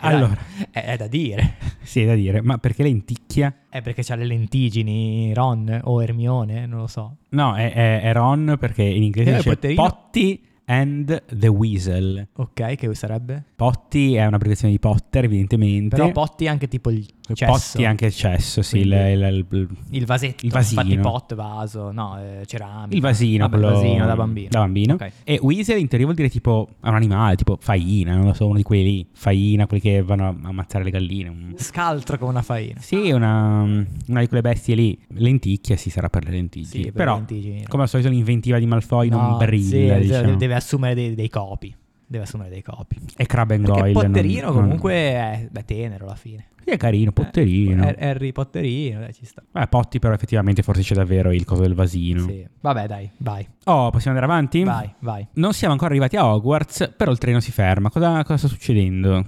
S2: Era-
S1: Allora.
S2: è- è da dire.
S1: Sì, è da dire, ma perché lenticchia?
S2: È perché c'ha le lentigini Ron o Ermione, non lo so.
S1: No, è, è- è Ron perché in
S2: Eh,
S1: inglese dice
S2: Potterino.
S1: Potty and the Weasel.
S2: Ok, che sarebbe?
S1: Potty è un'abbreviazione di Potter, evidentemente.
S2: Però Potti è anche tipo il cesso.
S1: Potty è anche il cesso, sì, il,
S2: Quindi-
S1: il- il-
S2: Il vasetto.
S1: Il vasino.
S2: Infatti pot, vaso, no, eh, ceramica.
S1: il vasino,
S2: Vabbè,
S1: quello
S2: vasino da bambino. Ok.
S1: E Weasel in teoria vuol dire tipo è un animale, tipo faina, non lo so, uno di quelli lì. Faina, quelli che vanno a ammazzare le galline. un-
S2: Scaltro come una faina.
S1: Sì, una, una di quelle bestie lì. Lenticchia, sì, sarà per le
S2: Sì,
S1: lenticchie.
S2: per
S1: Però,
S2: le lenticchie.
S1: come al solito, l'inventiva di Malfoy non
S2: No,
S1: brilla.
S2: zero, zero,
S1: diciamo.
S2: Deve assumere dei, dei copi. Deve assumere dei copi.
S1: E Crab and
S2: Perché
S1: Goyle. non-
S2: Potterino
S1: non-
S2: comunque è beh, tenero alla fine.
S1: Sì, è carino, Potterino.
S2: Eh, Harry Potterino, dai, ci sta.
S1: Eh, Potti però effettivamente forse c'è davvero il coso del vasino.
S2: Sì. Vabbè, dai, vai,
S1: Oh, possiamo andare avanti?
S2: vai, vai.
S1: Non siamo ancora arrivati a Hogwarts, però il treno si ferma. Cosa, cosa sta succedendo?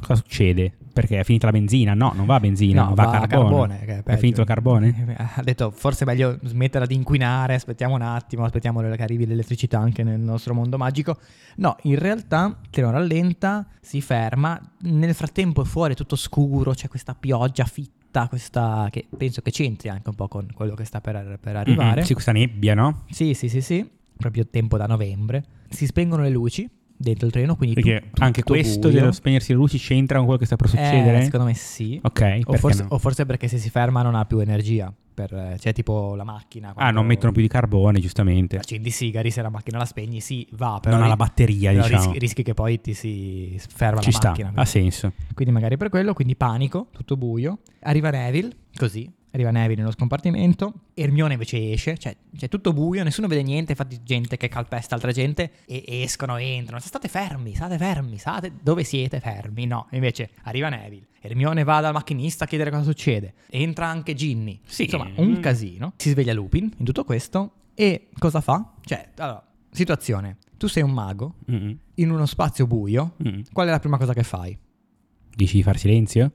S1: Cosa succede? Perché è finita la benzina? No, non va a benzina, va, a carbone.
S2: che è
S1: è,
S2: peggio. Eh,
S1: finito il carbone?
S2: Ha detto forse è meglio smetterla di inquinare, aspettiamo un attimo, aspettiamo che arrivi l'elettricità anche nel nostro mondo magico. No, in realtà il treno rallenta, si ferma, nel frattempo è fuori tutto scuro, c'è questa pioggia fitta, questa che penso che c'entri anche un po' con quello che sta per, per arrivare.
S1: Mm, Sì, questa nebbia, no?
S2: sì, sì, sì, sì, proprio tempo da novembre. Si spengono le luci dentro il treno, quindi...
S1: Perché
S2: tut-
S1: anche
S2: tutto
S1: questo
S2: buio.
S1: dello spegnersi le luci c'entra con quello che sta per
S2: Eh,
S1: succedere?
S2: secondo me sì.
S1: ok,
S2: O forse,
S1: no? Ah,
S2: o forse perché se si ferma non ha più energia. Per, eh, cioè tipo la macchina.
S1: Ah,
S2: quando-
S1: non mettono più di carbone, giustamente.
S2: Accendi i sigari, se la macchina la spegni, sì, va. Però
S1: Non ha
S2: ri-
S1: la batteria,
S2: però
S1: diciamo.
S2: rischi, rischi che poi ti si ferma
S1: Ci
S2: la
S1: sta, Ah,
S2: macchina.
S1: ha
S2: quindi-
S1: senso.
S2: Quindi magari per quello, quindi panico, tutto buio. Arriva Neville, così, arriva Neville nello scompartimento. Hermione invece esce, cioè c'è tutto buio, nessuno vede niente, infatti gente che calpesta altra gente e escono, entrano. Cioè, State fermi, state fermi, state dove siete fermi. No, invece arriva Neville. Hermione va dal macchinista a chiedere cosa succede. Entra anche Ginny.
S1: Sì.
S2: Insomma, un casino. Si sveglia Lupin in tutto questo e cosa fa? Cioè, allora, situazione. Tu sei un mago
S1: Mm,
S2: in uno spazio buio.
S1: mm.
S2: Qual è la prima cosa che fai?
S1: Dici di far silenzio?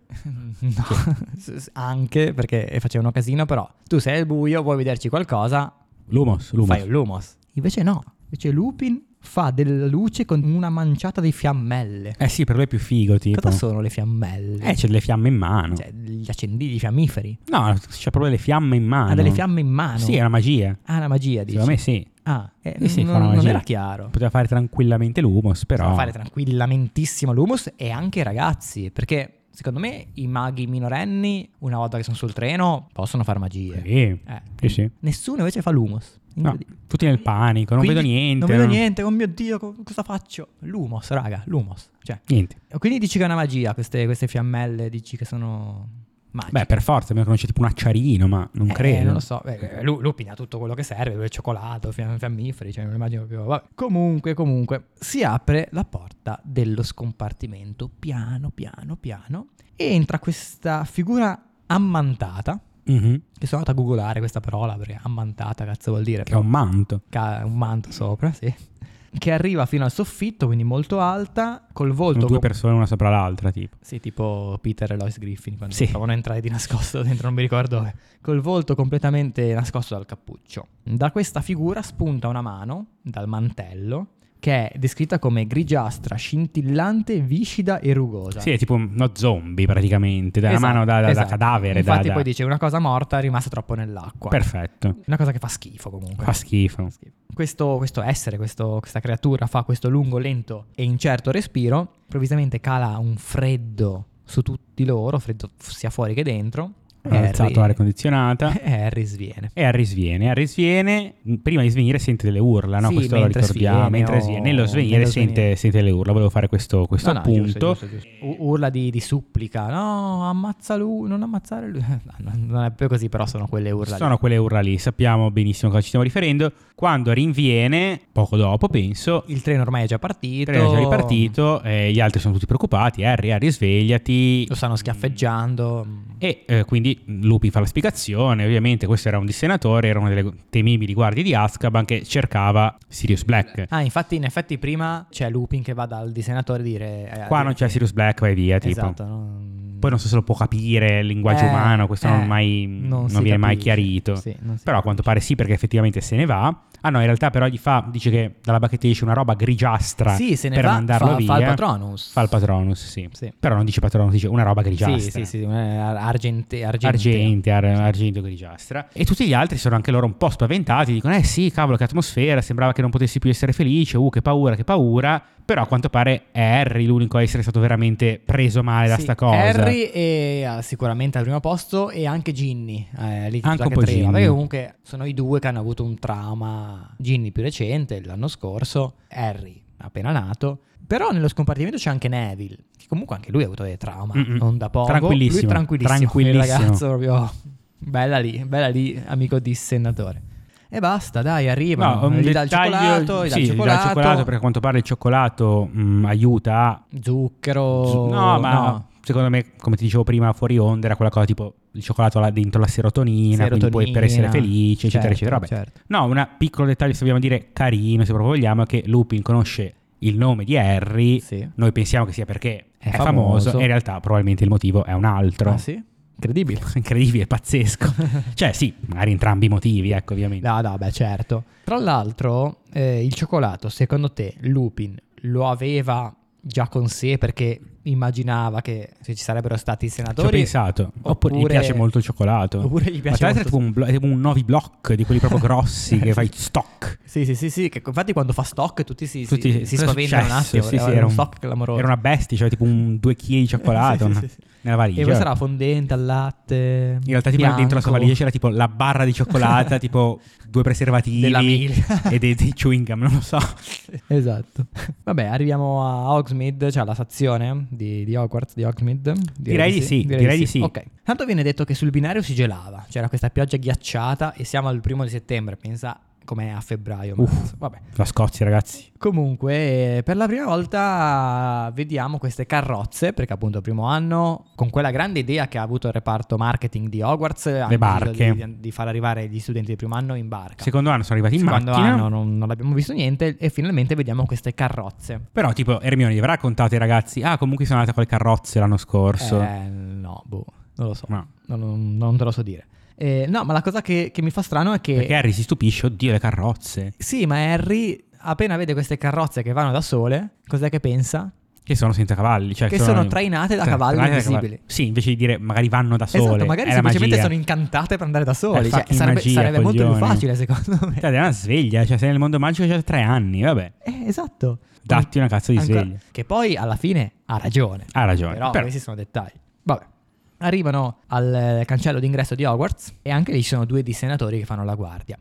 S2: No, s- s- anche perché facevano casino, però tu sei al buio, vuoi vederci qualcosa,
S1: Lumos, Lumos.
S2: fai un lumos. Invece no, invece Lupin fa della luce con una manciata di fiammelle.
S1: Eh sì, per lui è più figo, tipo.
S2: Cosa sono le fiammelle?
S1: Eh, c'è delle fiamme in mano.
S2: Cioè, gli accendini, i fiammiferi.
S1: No, c'è proprio le fiamme in mano.
S2: Ha delle fiamme in mano.
S1: Ah, Sì, è una magia.
S2: Ah, una magia, dici.
S1: Secondo me sì.
S2: Ah, eh,
S1: Sì, sì,
S2: non-
S1: fa una
S2: non
S1: magia.
S2: era chiaro.
S1: Poteva fare tranquillamente l'humus, però...
S2: Possiamo fare tranquillamentissimo l'humus e anche i ragazzi, perché secondo me i maghi minorenni, una volta che sono sul treno, possono fare magie.
S1: Sì,
S2: Eh,
S1: sì, sì.
S2: Nessuno invece fa l'humus.
S1: No,
S2: Incredibile.
S1: tutti nel panico, non
S2: Quindi-
S1: vedo niente.
S2: Non vedo
S1: no?
S2: niente, oh mio Dio, co- cosa faccio? L'humus, raga, l'humus. Cioè,
S1: Niente.
S2: quindi dici che è una magia queste, queste fiammelle, dici che sono magiche.
S1: Beh, per forza, mi conosce tipo un acciarino, ma non
S2: Ah, Eh,
S1: credo.
S2: non lo so, eh, Beh, Lu- Lupin ha tutto quello che serve, il cioccolato, fiam- fiammiferi, cioè non immagino più. Vabbè. Comunque, comunque, si apre la porta dello scompartimento, piano, piano, piano, e entra questa figura ammantata,
S1: Mhm,
S2: che sono andato a googolare questa parola, perché ammantata cazzo vuol dire?
S1: Che ha un manto.
S2: ca- un manto sopra, sì. Che arriva fino al soffitto, quindi molto alta, col volto...
S1: Sono due
S2: com-
S1: persone una sopra l'altra, tipo.
S2: sì, tipo Peter e Lois Griffin quando
S1: Sì.
S2: stavano a entrare di nascosto dentro, non mi ricordo dove. Col volto completamente nascosto dal cappuccio. Da questa figura spunta una mano, dal mantello, che è descritta come grigiastra, scintillante, viscida e rugosa.
S1: Sì, è tipo uno zombie praticamente, da una
S2: Esatto,
S1: mano da, da- da
S2: esatto.
S1: cadavere. da-
S2: Infatti
S1: da-
S2: poi dice una cosa morta è rimasta troppo nell'acqua.
S1: Perfetto,
S2: Una cosa che fa schifo comunque.
S1: fa schifo.
S2: Questo, questo essere, questo- questa creatura fa questo lungo, lento e incerto respiro, improvvisamente cala un freddo su tutti loro, freddo f- sia fuori che dentro.
S1: Ha alzato l'aria condizionata.
S2: e Harry sviene.
S1: E Harry sviene, Harry sviene, prima di svenire sente delle urla, no?
S2: Sì,
S1: questo lo
S2: mentre
S1: ricordiamo,
S2: sviene
S1: mentre
S2: o-
S1: sviene, nello svenire
S2: nello
S1: sente,
S2: svenire.
S1: sente le urla, volevo fare questo, questo
S2: No, no,
S1: punto.
S2: giusto, giusto, giusto. U- urla di, di supplica, no, ammazza lui, non ammazzare lui. No, no, non è più così, però sono quelle urla. lì.
S1: Sono quelle urla lì, sappiamo benissimo a cosa ci stiamo riferendo. Quando rinviene, poco dopo penso,
S2: Il treno ormai è già partito.
S1: il treno è già ripartito, eh, gli altri sono tutti preoccupati, Harry, Harry svegliati.
S2: Lo stanno schiaffeggiando.
S1: Mm. E eh, quindi Lupi fa la spiegazione, ovviamente questo era un dissenatore, era una delle temibili guardie di Azkaban che cercava Sirius Black.
S2: Ah, infatti, in effetti, prima c'è Lupin che va dal disenatore a dire. eh,
S1: Qua non c'è Sirius Black, vai via, tipo.
S2: Esatto, non-
S1: Poi non so se lo può capire il linguaggio
S2: Eh,
S1: umano, questo
S2: eh,
S1: non, mai, non,
S2: si
S1: viene mai
S2: capisce.
S1: chiarito.
S2: Sì, non si
S1: Però a quanto pare sì, perché effettivamente se ne va. Ah no, in realtà però gli fa, dice che dalla bacchetta gli esce una roba grigiastra
S2: Sì, se ne
S1: per
S2: va,
S1: mandarlo
S2: fa-
S1: via.
S2: fa il patronus.
S1: Fa il patronus, sì.
S2: Sì.
S1: Però non dice patronus, dice una roba grigiastra.
S2: Sì, sì, sì, eh, ar- argente, argenteo.
S1: Argente, ar- argento grigiastra. E tutti gli altri sono anche loro un po' spaventati, dicono eh sì, cavolo, che atmosfera, sembrava che non potessi più essere felice, uh, che paura, che paura. Però a quanto pare è Harry l'unico a essere stato veramente preso male da
S2: Sì,
S1: sta cosa.
S2: Harry è ah, sicuramente al primo posto e anche Ginny. eh, lì tutta
S1: Anche un
S2: che
S1: po'
S2: tre.
S1: Ginny.
S2: Perché comunque sono i due che hanno avuto un trauma. Ginny più recente, l'anno scorso, Harry appena nato. Però nello scompartimento c'è anche Neville, che comunque anche lui ha avuto dei trauma,
S1: Mm-mm.
S2: non da poco.
S1: Tranquillissimo,
S2: Lui tranquillissimo,
S1: tranquillissimo.
S2: Il ragazzo proprio... Bella lì, bella lì, amico dissennatore. E basta, dai, arrivano.
S1: No, un
S2: gli dà il
S1: dettaglio-
S2: cioccolato, gli dà
S1: sì,
S2: il
S1: gli dà il cioccolato perché a quanto pare il cioccolato mh, aiuta a...
S2: Zucchero...
S1: no, ma secondo me, come ti dicevo prima, fuori onda era quella cosa tipo il cioccolato là dentro la serotonina, quindi poi per essere felice, eccetera, eccetera. Vabbè.
S2: Certo.
S1: No, un piccolo dettaglio, se vogliamo dire carino, se proprio vogliamo, è che Lupin conosce il nome di Harry.
S2: Sì.
S1: Noi pensiamo che sia perché è,
S2: È
S1: famoso,
S2: famoso.
S1: e in realtà probabilmente il motivo è un altro.
S2: Ah, sì? Incredibile.
S1: Incredibile, pazzesco. cioè, sì, magari entrambi i motivi, ecco, ovviamente.
S2: No, no, beh, certo. Tra l'altro, eh, il cioccolato, secondo te, Lupin lo aveva già con sé perché immaginava che se ci sarebbero stati i
S1: Ci ho
S2: senatori.
S1: pensato. Oppure gli piace molto il cioccolato.
S2: Oppure gli
S1: Ma
S2: piace
S1: tra l'altro è tipo
S2: molto
S1: un, blo- è tipo un novi block di quelli proprio grossi che fai stock.
S2: Sì, sì, sì, sì, che infatti quando fa stock tutti si, si-
S1: Tutti-
S2: si,
S1: cosa è
S2: spaventano un
S1: successo?
S2: attimo,
S1: Sì, sì,
S2: era, un stock clamoroso.
S1: Era una bestia, cioè tipo un 2 kg di cioccolato
S2: Sì, sì,
S1: no?
S2: sì, sì.
S1: nella valigia.
S2: E poi sarà fondente al latte.
S1: In realtà tipo dentro la sua valigia c'era tipo la barra di cioccolata, tipo due
S2: Della
S1: preservativi
S2: Mil.
S1: e dei, dei chewing gum, non lo so.
S2: Esatto. Vabbè, arriviamo a Hogsmeade, cioè alla stazione di, di Hogwarts, di Hogsmeade.
S1: Direi di sì, direi di sì.
S2: Ok. Tanto viene detto che sul binario si gelava, c'era questa pioggia ghiacciata e siamo al primo di settembre, pensa com'è a febbraio.
S1: Uff.
S2: marzo. Vabbè.
S1: La Scozia, ragazzi.
S2: Comunque, eh, per la prima volta vediamo queste carrozze, perché appunto primo anno, con quella grande idea che ha avuto il reparto marketing di Hogwarts, hanno
S1: barche.
S2: deciso Di, di far arrivare gli studenti di primo anno in barca.
S1: Secondo anno sono arrivati in
S2: Secondo
S1: macchina.
S2: anno non, non abbiamo visto niente e finalmente vediamo queste carrozze.
S1: Però tipo Ermione gli avrà raccontato ai ragazzi, ah comunque sono andata con le carrozze l'anno scorso.
S2: Eh, no, boh, non lo so,
S1: No.
S2: non, non- non te lo so dire. Eh, no, ma la cosa che, che mi fa strano è che...
S1: Perché Harry si stupisce, oddio le carrozze.
S2: Sì, ma Harry, appena vede queste carrozze che vanno da sole, cos'è che pensa?
S1: Che sono senza cavalli. Cioè
S2: Che sono trainate da
S1: tra-
S2: cavalli
S1: trainate da
S2: invisibili.
S1: cavalli. Sì, invece di dire magari vanno da sole.
S2: Esatto, magari
S1: è la
S2: semplicemente
S1: magia.
S2: sono incantate per andare da soli.
S1: Eh,
S2: cioè,
S1: fucking
S2: sarebbe
S1: magia,
S2: sarebbe molto più
S1: coglioni.
S2: facile, secondo me.
S1: Cioè, è una sveglia, cioè sei nel mondo magico già da tre anni, vabbè.
S2: Eh, esatto.
S1: Datti una cazzo di
S2: Ancora-
S1: sveglia.
S2: Che poi alla fine ha ragione.
S1: Ha ragione.
S2: Però,
S1: però-
S2: questi sono dettagli. Vabbè. Arrivano al eh, cancello d'ingresso di Hogwarts e anche lì ci sono due dissenatori che fanno la guardia.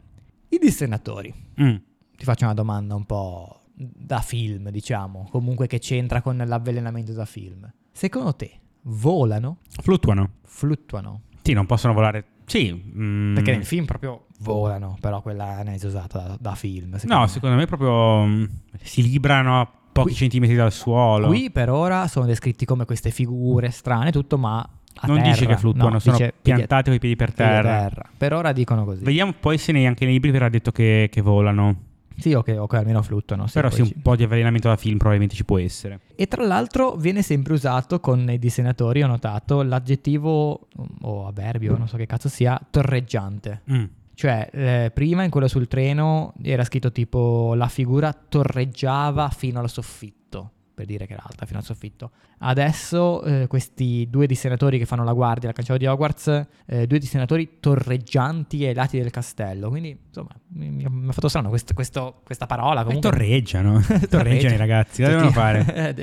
S2: I dissenatori,
S1: Mm.
S2: ti faccio una domanda un po' da film, diciamo, comunque che c'entra con l'avvelenamento da film. Secondo te volano,
S1: Fluttuano.
S2: fluttuano?
S1: Sì, non possono volare. Sì. mm.
S2: Perché nel film proprio volano, però quella ne è usata da, da film.
S1: No,
S2: me.
S1: secondo me proprio mm, si librano a pochi
S2: Qui-
S1: centimetri dal suolo.
S2: Qui per ora sono descritti come queste figure strane, tutto, ma a
S1: non
S2: terra.
S1: dice che fluttuano,
S2: No,
S1: sono
S2: dice
S1: piantate con i piedi per
S2: piedi a
S1: terra.
S2: terra. Per ora dicono così.
S1: Vediamo poi se nei- anche nei libri verrà detto che, che volano.
S2: Sì, ok, ok, almeno fluttuano. sì,
S1: Però
S2: poi
S1: sì,
S2: ci-
S1: un po' di avvelenamento da film probabilmente ci può essere.
S2: E tra l'altro viene sempre usato con i dissenatori, ho notato, l'aggettivo mm, o avverbio, non so che cazzo sia, torreggiante.
S1: Mm.
S2: Cioè, eh, prima in quello sul treno era scritto tipo la figura torreggiava fino al soffitto, per dire che era alta fino al soffitto. Adesso eh, questi due dissenatori che fanno la guardia al cancello di Hogwarts, eh, due dissenatori torreggianti ai lati del castello. Quindi, insomma, mi, mi ha- mi ha fatto strano quest- questo- questa parola.
S1: E
S2: Comunque,
S1: torreggiano. torreggiano i ragazzi, cosa
S2: C'è
S1: devono
S2: chi-
S1: fare?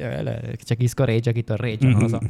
S2: Eh, C'è chi scorreggia, chi torreggia, cioè, non lo so.
S1: Mm.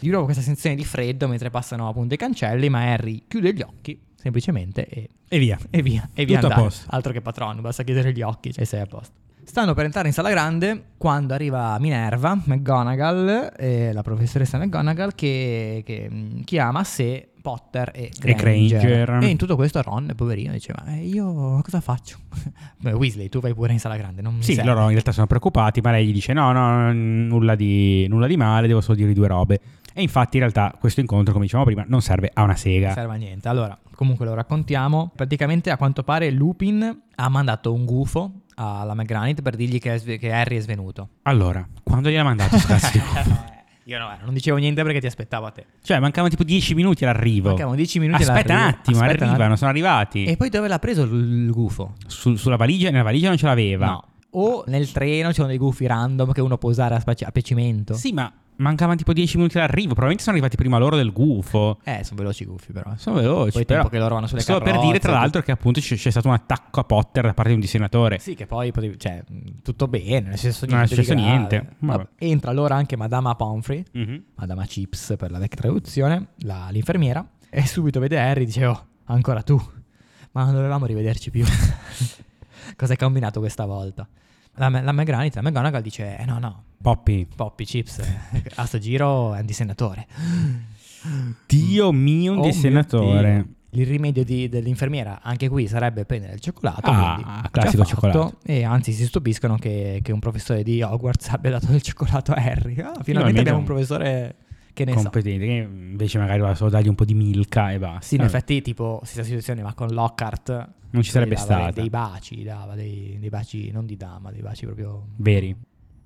S2: Di nuovo questa sensazione di freddo mentre passano appunto i cancelli, ma Harry chiude gli occhi semplicemente e
S1: E via.
S2: e via, e via
S1: Tutto a
S2: andare.
S1: posto.
S2: Altro che patrono, basta chiedere gli occhi e sei a posto. Stanno per entrare in sala grande quando arriva Minerva, McGonagall, eh, la professoressa McGonagall, che, che, mh, chiama a sé Potter e
S1: E
S2: Granger.
S1: Granger.
S2: E in tutto questo Ron, poverino, diceva, "Eh, io cosa faccio? Beh, Weasley, tu vai pure in sala grande, non mi
S1: Sì,
S2: serve."
S1: loro in realtà sono preoccupati, ma lei gli dice: No, no, n- nulla di, nulla di male, devo solo dire due robe. E infatti, in realtà, questo incontro, come dicevamo prima, non serve a una
S2: Non
S1: sega.
S2: serve a niente. Allora, comunque lo raccontiamo. Praticamente, a quanto pare, Lupin ha mandato un gufo alla McGranit per dirgli che, è sve- che Harry è svenuto.
S1: Allora, quando gliel'ha mandato sta
S2: Io no, eh, non dicevo niente perché ti aspettavo a te.
S1: Cioè, mancavano tipo 10 minuti all'arrivo.
S2: Mancavano 10 minuti
S1: Aspetta
S2: all'arrivo.
S1: un attimo, eh,
S2: Aspetta un
S1: arrivano,
S2: attimo.
S1: sono arrivati.
S2: E poi dove l'ha preso il il gufo?
S1: Su- sulla valigia, nella valigia non ce l'aveva.
S2: No. O nel treno ci sono dei gufi random che uno può usare a, spaci- a piacimento.
S1: Sì, ma mancavano tipo 10 minuti all'arrivo. Probabilmente sono arrivati prima loro del gufo.
S2: Eh, sono veloci i gufi però. eh.
S1: Sono veloci.
S2: Poi il
S1: però.
S2: tempo che loro vanno sulle
S1: Solo per
S2: carrozze,
S1: dire, tra
S2: tutto.
S1: l'altro, che appunto c'è, c'è stato un attacco a Potter da parte di un dissenatore.
S2: Sì, che poi potevi- cioè, mh, tutto bene, non è successo
S1: Non è
S2: niente. di
S1: successo
S2: grave.
S1: niente. Vabbè.
S2: Entra allora anche Madama Pomfrey,
S1: Mhm.
S2: Madama Chips per la vecchia traduzione, la- l'infermiera, e subito vede Harry e dice, oh, ancora tu, ma non dovevamo rivederci più. Cosa hai combinato questa volta? La, la McGranit, la McGonagall dice, eh no, no,
S1: Poppy.
S2: Poppy Chips, eh, a sto giro è un dissenatore.
S1: Dio mio, un
S2: Oh mio
S1: dissenatore.
S2: Dio. Il rimedio di- dell'infermiera, anche qui, sarebbe prendere il cioccolato.
S1: Ah,
S2: quindi,
S1: classico
S2: già fatto,
S1: cioccolato.
S2: E anzi, si stupiscono che, che un professore di Hogwarts abbia dato del cioccolato a Harry. Ah, finalmente
S1: Finalmente
S2: abbiamo
S1: un-
S2: un professore che ne sa.
S1: competente che invece magari va solo a dargli un po' di milka e basta.
S2: Sì, in effetti, tipo, stessa situazione, ma con Lockhart.
S1: Ah. Non ci sarebbe
S2: gli dava
S1: stata.
S2: Dei baci, gli dava dei, dei baci, non di dama, dei baci proprio.
S1: Veri.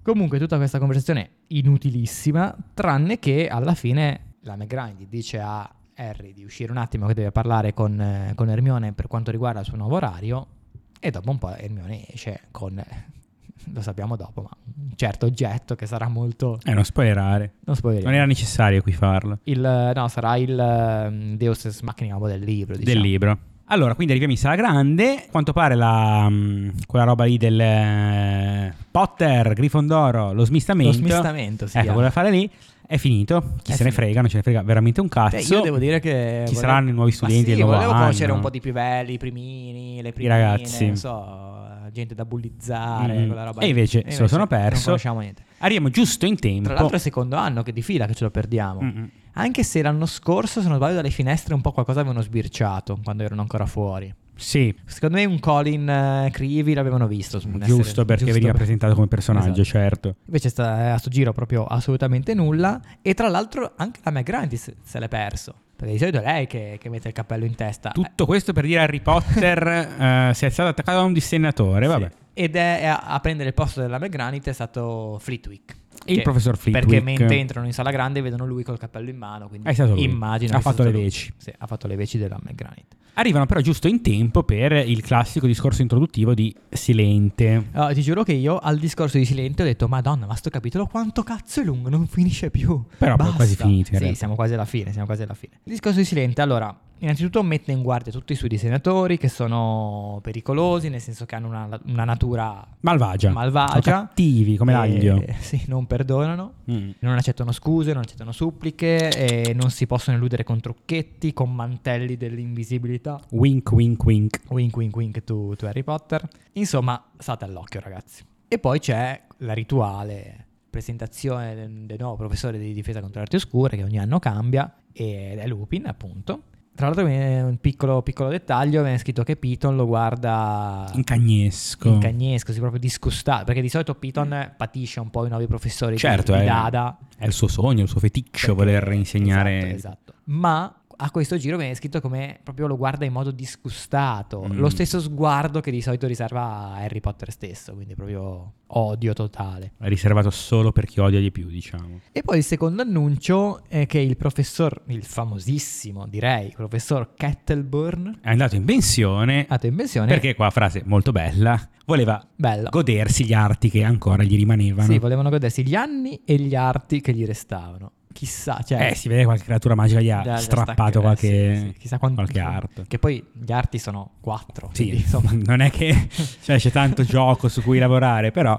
S2: Comunque, tutta questa conversazione inutilissima, tranne che alla fine la McGrindy dice a Harry di uscire un attimo che deve parlare con, eh, con Hermione per quanto riguarda il suo nuovo orario. E dopo un po' Hermione esce con lo sappiamo dopo, ma un certo oggetto che sarà molto...
S1: Eh, non spoilerare.
S2: Non spoileriamo.
S1: Non era necessario qui farlo.
S2: Il, no, sarà il ehm, Deus Ex Machina del libro, diciamo.
S1: Del libro. Allora, quindi arriviamo in sala grande. A quanto pare la, mh, quella roba lì del eh, Potter, Grifondoro, lo
S2: Lo
S1: smistamento.
S2: smistamento, sì.
S1: ecco,
S2: eh.
S1: voleva fare lì. È finito. Chi
S2: È
S1: se ne
S2: finito.
S1: frega, non ce ne frega veramente un
S2: Beh,
S1: cazzo.
S2: io devo dire che...
S1: Ci saranno i nuovi
S2: Ma
S1: studenti
S2: sì,
S1: del nuovo
S2: volevo conoscere
S1: anno.
S2: un po' di più belli, i primini, le primine,
S1: ragazzi.
S2: non so, gente da bullizzare,
S1: Mm.
S2: quella roba
S1: E
S2: lì.
S1: invece se lo sono
S2: Non
S1: perso.
S2: conosciamo niente.
S1: Arriviamo giusto in tempo.
S2: Tra l'altro è il secondo anno che di fila che ce lo perdiamo.
S1: Mm-mm.
S2: Anche se l'anno scorso, se non sbaglio, dalle finestre un po' qualcosa avevano sbirciato quando erano ancora fuori.
S1: Sì,
S2: Secondo me un Colin eh, Creevy l'avevano visto. su- essere-
S1: giusto perché veniva
S2: per-
S1: presentato come personaggio,
S2: Esatto.
S1: certo.
S2: Invece sta, eh, a sto giro proprio assolutamente nulla. E tra l'altro anche la Meg Grant se, se l'è perso. Perché di solito è lei che, che mette il cappello in testa. Eh,
S1: Tutto questo per dire Harry Potter eh, si è stato attaccato da un dissennatore, eh, vabbè.
S2: Ed è a, a prendere il posto della Meg Granit è stato Flitwick.
S1: Il
S2: Che-
S1: professor Flitwick.
S2: Perché mentre entrano in sala grande vedono lui col cappello in mano. Quindi
S1: È stato lui.
S2: immagino.
S1: Ha
S2: che sia
S1: fatto
S2: stato
S1: le
S2: lui.
S1: veci.
S2: Sì, ha fatto le veci della Meg Granit.
S1: Arrivano però giusto in tempo per il classico discorso introduttivo di Silente.
S2: Allora, ti giuro che io al discorso di Silente ho detto Madonna, ma sto capitolo quanto cazzo è lungo, non finisce più.
S1: Però poi è
S2: Basta."
S1: quasi finito, in
S2: Sì,
S1: realtà.
S2: siamo quasi alla fine, siamo quasi alla fine. Il discorso di Silente, allora, innanzitutto mette in guardia tutti i suoi disegnatori che sono pericolosi, nel senso che hanno una, una natura
S1: Malvagia.
S2: malvagia. Eh.
S1: Sono cattivi come
S2: e-
S1: l'aglio.
S2: Sì, non perdonano.
S1: Mm.
S2: Non accettano scuse, non accettano suppliche, e non si possono illudere con trucchetti, con mantelli dell'invisibilità.
S1: Wink, wink, wink.
S2: Wink wink wink to, to Harry Potter. Insomma, state all'occhio, ragazzi. E poi c'è la rituale presentazione del, del nuovo professore di difesa contro le arti oscure che ogni anno cambia ed è Lupin, appunto. Tra l'altro, eh, un piccolo, piccolo dettaglio: viene scritto che Piton lo guarda
S1: In cagnesco.
S2: in cagnesco, si proprio disgustato. Perché di solito Piton patisce un po' i nuovi professori
S1: Certo,
S2: di,
S1: è,
S2: di Dada.
S1: è il suo sogno, il suo feticcio
S2: Perché-
S1: voler insegnare.
S2: esatto, esatto. ma a questo giro viene scritto come proprio lo guarda in modo disgustato
S1: Mm.
S2: lo stesso sguardo che di solito riserva a Harry Potter stesso quindi proprio odio totale
S1: È riservato solo per chi odia di più, diciamo.
S2: e poi il secondo annuncio è che il professor il famosissimo direi professor Kettleburn
S1: È andato in pensione.
S2: ha in pensione
S1: Perché qua, frase molto bella, voleva
S2: bello
S1: godersi gli arti che ancora gli rimanevano.
S2: sì volevano godersi gli anni e gli arti che gli restavano chissà cioè
S1: eh, si vede qualche creatura magica gli ha
S2: da- da
S1: strappato
S2: staccare,
S1: qualche,
S2: sì, sì, chissà quanto-
S1: qualche art.
S2: che poi gli arti sono quattro
S1: Sì,
S2: quindi, insomma
S1: non è che cioè, c'è tanto gioco su cui lavorare, però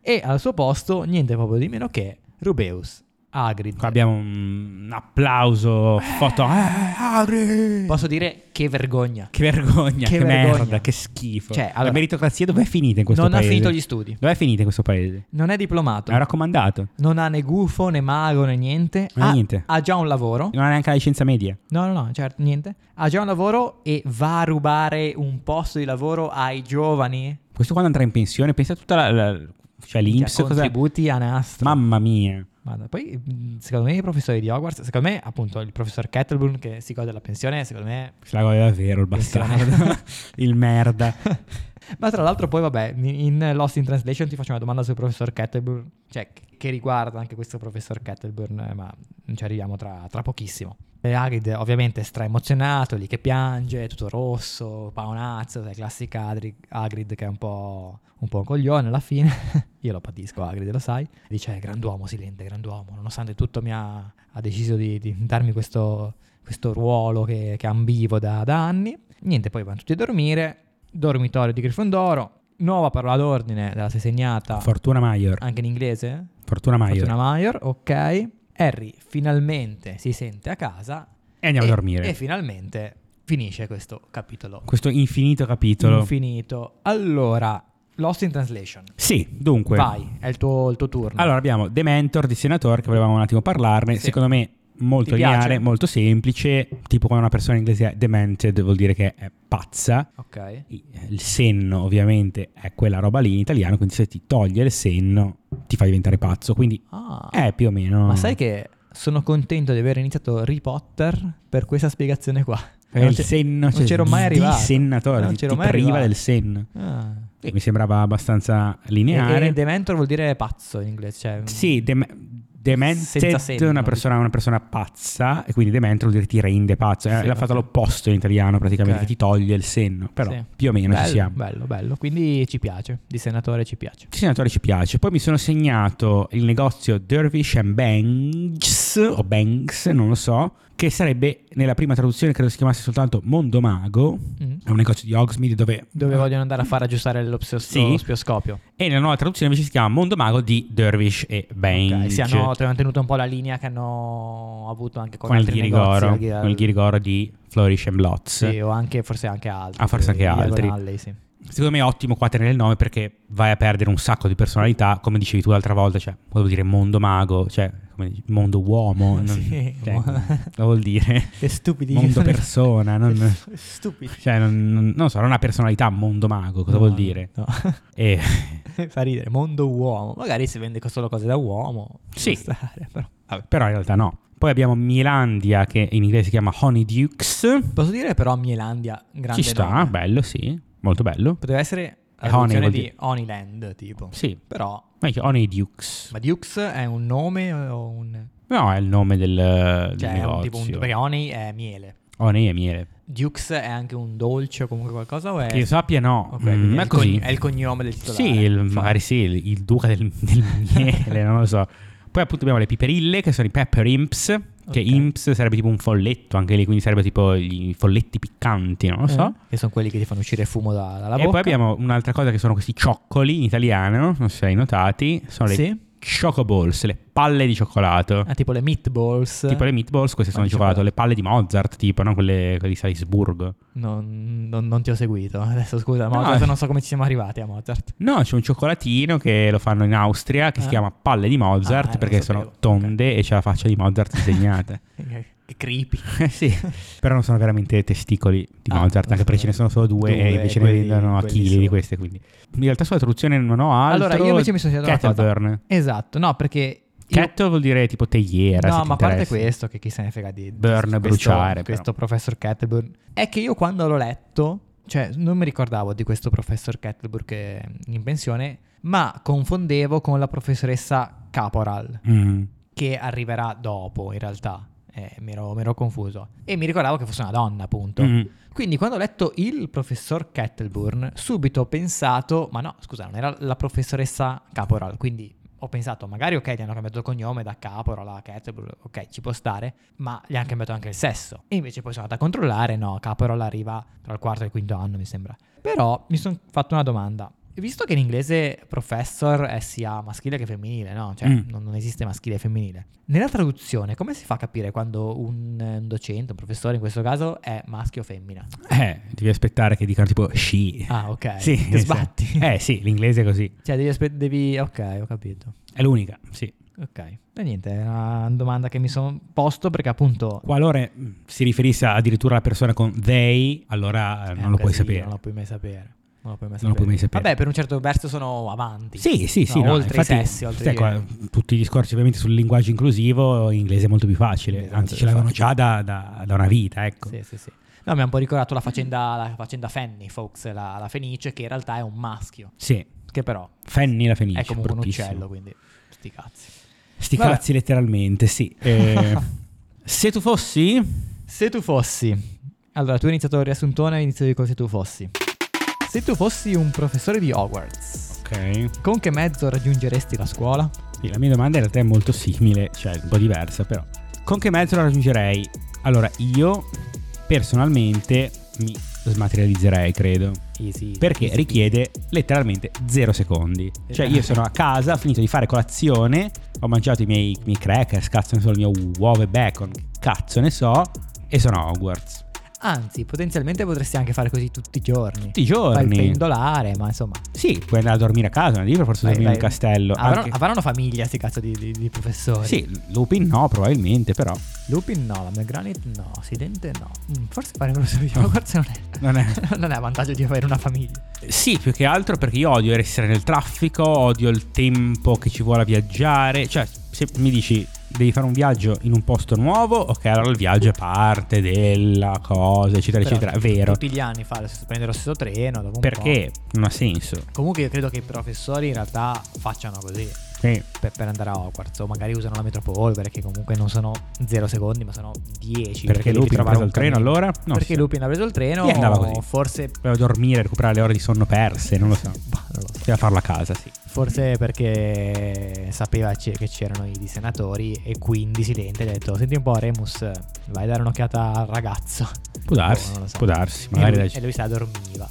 S2: E al suo posto, niente proprio di meno che Rubeus, Hagrid.
S1: qua abbiamo un applauso foto. Eh, Hagrid!
S2: Posso dire che vergogna.
S1: Che vergogna, che,
S2: Che vergogna.
S1: merda, che schifo.
S2: Cioè, allora-
S1: La meritocrazia dov'è finita in questo
S2: Non ha
S1: paese?
S2: finito gli studi,
S1: Dov'è finita in questo paese?
S2: non è diplomato,
S1: È raccomandato.
S2: non ha né gufo, né mago, né niente.
S1: Non ha
S2: ha,
S1: niente.
S2: ha già un lavoro.
S1: Non ha neanche la licenza media.
S2: No, no, no, certo, niente. Ha già un lavoro e va a rubare un posto di lavoro ai giovani.
S1: Questo quando andrà in pensione, pensa a tutta la... la- cioè l'Inps,
S2: Minchia,
S1: cosa...
S2: contributi a nastro.
S1: Mamma mia.
S2: Madonna, Poi, mh, secondo me, i professori di Hogwarts, secondo me, appunto, il professor Kettleburn che si gode della pensione, secondo me,
S1: Se la gode davvero il bastardo. il merda.
S2: Ma tra l'altro poi vabbè, in in Lost in Translation ti faccio una domanda sul professor Kettleburn, cioè che- che riguarda anche questo professor Kettleburn, eh, ma ci arriviamo tra, tra pochissimo. E Hagrid ovviamente straemozionato, lì che piange, tutto rosso, paonazzo, sai, classica Adri- Hagrid che è un po', un po' un coglione alla fine. Io lo patisco Hagrid, lo sai. Dice, "Eh, grand'uomo, silente, grand'uomo, nonostante tutto mi ha, ha deciso di, di darmi questo, questo ruolo che, che ambivo da, da anni. Niente, poi vanno tutti a dormire, dormitorio di Grifondoro, nuova parola d'ordine della sei segnata,
S1: Ah. Fortuna Maior.
S2: anche in inglese,
S1: Fortuna Maior.
S2: Ah. Fortuna Maior, ok. Harry finalmente si sente a casa
S1: E andiamo
S2: e-
S1: a dormire.
S2: E finalmente finisce questo capitolo
S1: Questo infinito capitolo.
S2: infinito. Allora, Lost in Translation.
S1: sì, dunque.
S2: Vai, è il tuo, il tuo turno.
S1: Allora abbiamo The Mentor di Senator che volevamo un attimo parlarne.
S2: Sì.
S1: Secondo me molto
S2: Ti piace?
S1: lineare, molto semplice. Tipo quando una persona in inglese è demented vuol dire che è pazza.
S2: ok.
S1: I- eh, Il senno ovviamente è quella roba lì in italiano, quindi se ti toglie il senno ti fa diventare pazzo. Quindi
S2: Ah.
S1: è più o meno...
S2: Ma sai che sono contento di aver iniziato Harry Potter per questa spiegazione qua.
S1: Eh,
S2: Non
S1: il
S2: c'è-
S1: senno,
S2: non c'ero mai arrivato.
S1: Il sennatore,
S2: Non
S1: ti,
S2: c'ero
S1: ti
S2: mai
S1: priva
S2: arrivato.
S1: del Eh, senno.
S2: Ah.
S1: E mi sembrava abbastanza
S2: E,
S1: lineare.
S2: e Dementor vuol dire pazzo in inglese. Cioè,
S1: sì, dem-
S2: senza
S1: demented
S2: senno.
S1: è una persona, una persona pazza, e quindi dement vuol dire ti rende pazzo. Eh,
S2: Sì,
S1: l'ha fatto
S2: sì.
S1: all'opposto in italiano, praticamente,
S2: Ok.
S1: ti toglie il senno. Però
S2: Sì.
S1: più o meno
S2: bello,
S1: ci siamo.
S2: Bello, bello. Quindi ci piace. Di senatore ci piace.
S1: Il senatore ci piace. Poi mi sono segnato il negozio Dervish and Banks, o Banks, non lo so, che sarebbe nella prima traduzione credo si chiamasse soltanto Mondo Mago.
S2: Mm. Ah.
S1: È un negozio di Hogsmeade dove...
S2: Dove vogliono andare a far aggiustare lo psio-
S1: Sì.
S2: lo spioscopio.
S1: E nella nuova traduzione invece si chiama Mondo Mago di Dervish e Banks.
S2: Ok, si hanno tenuto un po' la linea che hanno avuto anche con,
S1: con il
S2: altri
S1: ghirigoro,
S2: negozi, la-
S1: con il ghirigoro di Flourish and Blots.
S2: Sì, o anche, forse anche altri.
S1: Ah, forse anche
S2: Diagon
S1: altri.
S2: Alley, sì.
S1: Secondo me è ottimo qua tenere il nome perché vai a perdere un sacco di personalità, come dicevi tu l'altra volta, cioè, volevo dire mondo mago, cioè, come dici, mondo uomo, non-
S2: Sì,
S1: cioè,
S2: mo-
S1: cosa vuol dire?
S2: Che stupidi.
S1: Mondo persona, non,
S2: Stupidi.
S1: cioè, non, non- non so, non ha personalità mondo mago, cosa
S2: No,
S1: vuol dire?
S2: no. Eh.
S1: E,
S2: Fa ridere, mondo uomo. Magari si vende solo cose da uomo.
S1: Sì.
S2: può stare, però.
S1: però in realtà no. Poi abbiamo Milandia che in inglese si chiama Honey Dukes,
S2: Posso dire però Mielandia, grande
S1: ci sta,
S2: nome.
S1: bello sì, molto bello.
S2: Poteva essere la
S1: E Honey
S2: traduzione
S1: vuol
S2: di
S1: dire-
S2: Honeyland, tipo.
S1: Sì,
S2: Però,
S1: ma dice Honey Dukes.
S2: ma Dukes è un nome o un...
S1: No, è il nome del, del
S2: Cioè, è un tipo un...
S1: negozio.
S2: Perché Honey è miele.
S1: Honey e miele.
S2: Dukes è anche un dolce o comunque qualcosa o è...
S1: Che io sappia no,
S2: Eh. Ok,
S1: Mm,
S2: quindi
S1: ma
S2: è,
S1: è
S2: il
S1: così.
S2: cogn- è il cognome del titolare.
S1: Sì, il-
S2: Fa-
S1: magari sì, il, il duca del, del miele, non lo so. Poi appunto abbiamo le piperille che sono i pepper imps, che
S2: Ok.
S1: imps sarebbe tipo un folletto, anche lì, quindi sarebbe tipo i folletti piccanti, non lo so.
S2: Eh, Che sono quelli che ti fanno uscire fumo da- dalla
S1: e
S2: bocca.
S1: poi abbiamo un'altra cosa che sono questi cioccoli in italiano, non so se hai notati, sono le
S2: Sì.
S1: chocoballs, le palle di cioccolato.
S2: Ah, tipo le meatballs.
S1: Tipo le meatballs, queste sono
S2: Palle
S1: di cioccolato,
S2: di cioccolato.
S1: le palle di Mozart, tipo, no? Quelle, quelle di Salisburgo.
S2: Non, non- non ti ho seguito. Adesso scusa,
S1: No,
S2: Mozart,
S1: eh.
S2: non so come ci siamo arrivati a Mozart.
S1: No, c'è un cioccolatino che lo fanno in Austria che si
S2: Ah.
S1: chiama palle di Mozart
S2: Ah, eh,
S1: perché
S2: lo
S1: sono
S2: sapevo.
S1: tonde e c'è la faccia di Mozart disegnata.
S2: Che creepy.
S1: Eh sì, però non sono veramente testicoli di
S2: Ah,
S1: Mozart, anche perché ce ne sono solo due,
S2: due,
S1: e invece
S2: quelli-
S1: ne vendono a
S2: quelli
S1: chili
S2: su.
S1: di queste, quindi. In realtà sulla traduzione non ho altro.
S2: Allora, io invece mi sono chiesto una cosa.
S1: Kettleburn.
S2: Esatto, no, perché... io-
S1: Kettle vuol dire tipo tegliera, se
S2: No,
S1: ti
S2: ma a parte
S1: interessa.
S2: questo, che chi se ne frega di
S1: Burn,
S2: questo,
S1: bruciare, però.
S2: Questo professor Kettleburn. È che io quando l'ho letto, cioè non mi ricordavo di questo professor Kettleburn che è in pensione, ma confondevo con la professoressa Caporal,
S1: Mm.
S2: che arriverà dopo in realtà. Eh, mi, ero, mi ero confuso. E mi ricordavo che fosse una donna, appunto.
S1: Mm.
S2: Quindi quando ho letto il professor Kettleburn, subito ho pensato, ma no, scusa, non era la professoressa Caporal, quindi ho pensato, magari ok, gli hanno cambiato il cognome da Caporal a Kettleburn, ok, ci può stare, ma gli hanno cambiato anche il sesso. E invece poi sono andato a controllare, no, Caporal arriva tra il quarto e il quinto anno, mi sembra. Però mi sono fatto una domanda. Visto che in inglese professor è sia maschile che femminile, no? Cioè
S1: Mm.
S2: non, non esiste maschile e femminile. Nella traduzione, come si fa a capire quando un, eh, un docente, un professore in questo caso, è maschio o femmina?
S1: Eh, devi aspettare che dicano tipo sci.
S2: Ah, ok.
S1: Sì,
S2: Ti sbatti.
S1: sì. Eh sì, l'inglese è così.
S2: Cioè, devi aspettare. Devi... Ok, ho capito.
S1: È l'unica, sì.
S2: Ok. E niente, è una domanda che mi sono posto perché appunto.
S1: Qualora mm, si riferisse addirittura alla persona con they, allora eh,
S2: è
S1: non
S2: un
S1: lo puoi
S2: casino,
S1: sapere.
S2: Non lo puoi mai sapere. Non lo puoi mai
S1: Non lo
S2: sapere.
S1: puoi mai sapere.
S2: Vabbè, per un certo verso sono avanti.
S1: Sì, sì, sì.
S2: No,
S1: no,
S2: oltre
S1: infatti,
S2: i sessi, oltre
S1: sai,
S2: i-
S1: qua, tutti i discorsi ovviamente sul linguaggio inclusivo, in inglese è molto più facile,
S2: Esatto,
S1: anzi ce l'avevano già da,
S2: infatti.
S1: da- da una vita, ecco.
S2: Sì, sì, sì. No, mi ha un po' ricordato la faccenda, la faccenda Fanny Fox, la, la fenice, che in realtà è un maschio.
S1: Sì.
S2: Che però
S1: Fanny la fenice,
S2: è comunque un
S1: bruttissimo.
S2: uccello, quindi. Sti cazzi.
S1: Sti
S2: Vabbè.
S1: cazzi letteralmente, sì. Eh, se tu fossi...
S2: Se tu fossi. Allora, tu hai iniziato il riassuntone e inizio con se tu fossi. Se tu fossi un professore di Hogwarts,
S1: Ok.
S2: Con che mezzo raggiungeresti la scuola?
S1: Sì, la mia domanda in realtà è molto simile, cioè un po' diversa però. Con che mezzo la raggiungerei? Allora, io personalmente mi smaterializzerei, credo.
S2: Easy.
S1: Perché richiede letteralmente zero secondi. Cioè, io sono a casa, ho finito di fare colazione, ho mangiato i miei, i miei crackers, cazzo ne so, il mio uovo e bacon, cazzo ne so, e sono a Hogwarts.
S2: Anzi, potenzialmente potresti anche fare così tutti i giorni.
S1: Tutti i
S2: Fai il
S1: giorni.
S2: pendolare, ma insomma.
S1: Sì, puoi andare a dormire a casa, non devi per forza
S2: Vai,
S1: dormire in
S2: vai. Ah,
S1: un castello.
S2: Avranno,
S1: Anche-
S2: avranno famiglia, sti cazzo di, di- di professori.
S1: Sì, Lupin no, probabilmente, però.
S2: Lupin no, la McGranite no, Sidente no. Mm, forse fare un professore di Hogwarts non è.
S1: Non è...
S2: non è a vantaggio di avere una famiglia.
S1: Sì, più che altro perché io odio essere nel traffico, odio il tempo che ci vuole a viaggiare. Cioè, se mi dici devi fare un viaggio in un posto nuovo, ok, allora il viaggio è parte della cosa, eccetera,
S2: Però
S1: eccetera. È vero.
S2: Tutti gli anni fa lo stesso- prendere lo stesso treno. Dopo un po'.
S1: Perché non ha senso.
S2: Comunque io credo che i professori in realtà facciano così.
S1: Cioè, Sì.
S2: per, per andare a Hogwarts o magari usano la metropolvere che comunque non sono 0 secondi ma sono 10
S1: Perché
S2: devi
S1: Lupin ha
S2: trovare
S1: preso
S2: un
S1: il treno,
S2: cammino.
S1: allora? Non
S2: perché
S1: so.
S2: Lupin ha preso il treno
S1: Chi andava così?
S2: o forse
S1: Voleva dormire, recuperare le ore di sonno perse, non lo so.
S2: bah, non lo so.
S1: Doveva farla a casa, sì.
S2: Forse perché sapeva c- che c'erano i senatori e quindi silente gli ha detto senti un po' Remus vai a dare un'occhiata al ragazzo
S1: Può darsi,
S2: Boh, non lo so.
S1: può darsi.
S2: e
S1: Magari
S2: lui,
S1: dai-
S2: e lui se la dormiva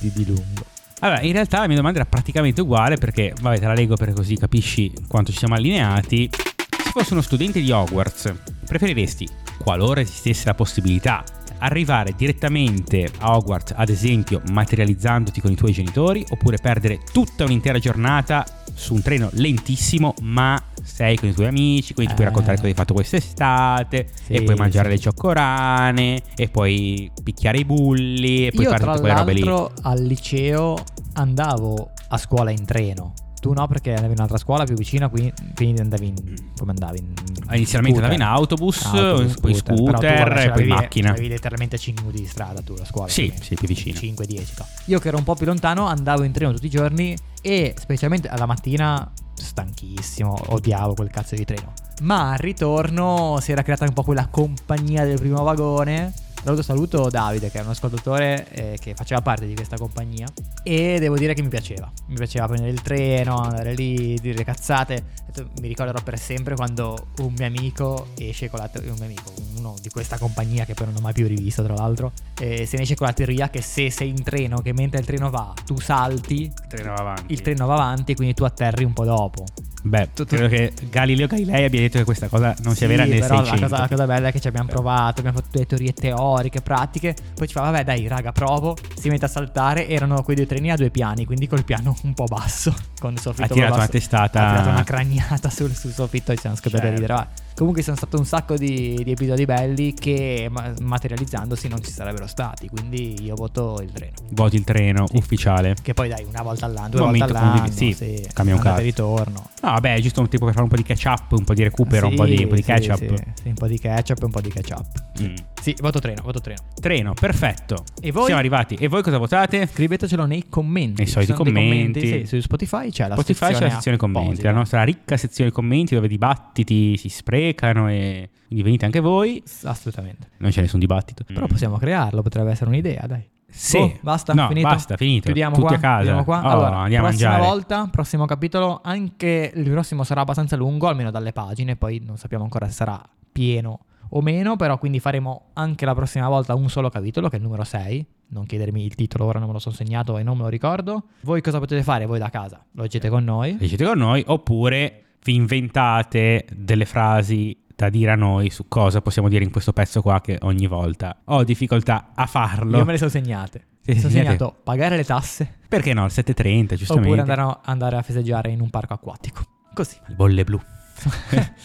S2: di, di lungo
S1: Allora, in realtà la mia domanda era praticamente uguale perché, vabbè, te la leggo perché così capisci quanto ci siamo allineati. Se fossi uno studente di Hogwarts, preferiresti, qualora esistesse la possibilità, arrivare direttamente a Hogwarts, ad esempio materializzandoti con i tuoi genitori, oppure perdere tutta un'intera giornata su un treno lentissimo, ma sei con i tuoi amici, quindi ti puoi
S2: Eh.
S1: raccontare cosa hai fatto quest'estate,
S2: Sì,
S1: e puoi mangiare
S2: sì.
S1: le cioccorane, e puoi picchiare i bulli, e puoi
S2: Io
S1: fare
S2: tra
S1: tutte quelle robe lì.
S2: l'altro al liceo andavo a scuola in treno tu no perché andavi in un'altra scuola più vicina quindi, quindi andavi in, come andavi in-
S1: Ah, Inizialmente
S2: scooter. Ah,
S1: andavi in autobus,
S2: Autobus,
S1: poi
S2: però tu, guarda,
S1: scooter
S2: ce
S1: e poi
S2: l'avevi-
S1: macchina.
S2: Avevi letteralmente 5 minuti di strada tu la scuola.
S1: Sì, sì, più vicino.
S2: 5-10. no. Io che ero un po' più lontano andavo in treno tutti i giorni e specialmente alla mattina stanchissimo, odiavo quel cazzo di treno. Ma al ritorno si era creata un po' quella compagnia del primo vagone. Tra l'altro saluto Davide che era un ascoltatore eh, che faceva parte di questa compagnia e devo dire che mi piaceva. Mi piaceva prendere il treno, andare lì, dire cazzate. Mi ricorderò per sempre quando un mio amico esce con la te- un mio amico, uno di questa compagnia che poi non ho mai più rivisto tra l'altro, eh, se ne esce con la teoria che se sei in treno, che mentre il treno va, tu salti,
S1: Treno avanti.
S2: il treno va avanti e quindi tu atterri un po' dopo.
S1: Beh, credo che Galileo Galilei abbia detto che questa cosa non sia vera nel
S2: però
S1: 600.
S2: La cosa, la cosa bella è che ci abbiamo
S1: Eh.
S2: provato, abbiamo fatto delle teorie teoriche, pratiche, poi ci fa vabbè dai raga provo, si mette a saltare, erano quei due treni a due piani, quindi col piano un po' basso, con il soffitto
S1: Ha
S2: un po'
S1: tirato
S2: basso.
S1: una testata.
S2: Ha tirato una craniata sul, sul soffitto e ci siamo scoppiati a
S1: Certo.
S2: ridere. vabbè. Comunque ci sono stato un sacco di, di episodi belli che ma- materializzandosi non ci sarebbero stati, quindi io voto il treno.
S1: Voti il treno ufficiale.
S2: Che poi dai una volta all'anno, due
S1: Non
S2: volte
S1: mica
S2: all'anno,
S1: condivi- sì, cambia un
S2: andata e
S1: cazzo.
S2: ritorno.
S1: No, vabbè, è giusto un tipo per fare un po' di catch up, un po' di recupero, un po'
S2: Sì,
S1: di, un po' di
S2: sì,
S1: catch up.
S2: sì, sì, un po' di ketchup e un po' di ketchup.
S1: Mm.
S2: Sì, voto treno, voto treno.
S1: Treno, perfetto.
S2: E voi?
S1: Siamo arrivati. E voi cosa votate?
S2: Scrivetecelo nei commenti.
S1: Nei
S2: Ci
S1: soliti
S2: sono dei
S1: commenti.
S2: sì, su Spotify c'è la
S1: Spotify c'è la sezione
S2: apposita.
S1: commenti, la nostra ricca sezione commenti dove i dibattiti si sprecano e quindi venite anche voi.
S2: Assolutamente.
S1: Non c'è nessun dibattito.
S2: Però
S1: Mm.
S2: possiamo crearlo, potrebbe essere un'idea, dai.
S1: Sì.
S2: Boh, basta,
S1: No,
S2: finito.
S1: basta, finito.
S2: Chiudiamo
S1: Tutti
S2: qua.
S1: a casa.
S2: chiudiamo qua.
S1: Oh,
S2: allora,
S1: andiamo a
S2: prossima
S1: mangiare.
S2: volta, prossimo capitolo, anche il prossimo sarà abbastanza lungo, almeno dalle pagine, poi non sappiamo ancora se sarà pieno o meno, però quindi faremo anche la prossima volta un solo capitolo, che è il numero 6. Non chiedermi il titolo, ora non me lo sono segnato e non me lo ricordo. Voi cosa potete fare? Voi da casa, lo leggete con noi.
S1: Leggete con noi oppure vi inventate delle frasi da dire a noi su cosa possiamo dire in questo pezzo qua che ogni volta ho difficoltà a farlo.
S2: Io me le sono segnate.
S1: Sì,
S2: Mi sono
S1: segnate.
S2: segnato pagare le tasse
S1: Perché no? Il 7.30, giustamente.
S2: oppure andare a, andare a festeggiare in un parco acquatico. Così.
S1: Le bolle blu.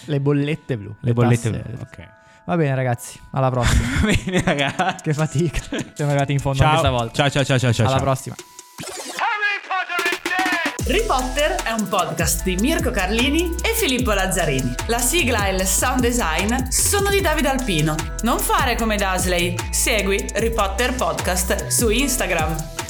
S2: le bollette blu.
S1: Le bollette
S2: tasse-
S1: blu. Ok.
S2: Va bene ragazzi, alla prossima.
S1: Bene ragazzi.
S2: che fatica. Siamo arrivati in fondo anche
S1: Ciao.
S2: stavolta.
S1: ciao, ciao, ciao, ciao, ciao.
S2: alla
S1: ciao.
S2: prossima.
S3: Harry Potter is dead!
S5: Harry Potter è un podcast di Mirko Carlini e Filippo Lazzarini. La sigla e il sound design sono di Davide Alpino. Non fare come Dasley, segui Harry Potter Podcast su Instagram.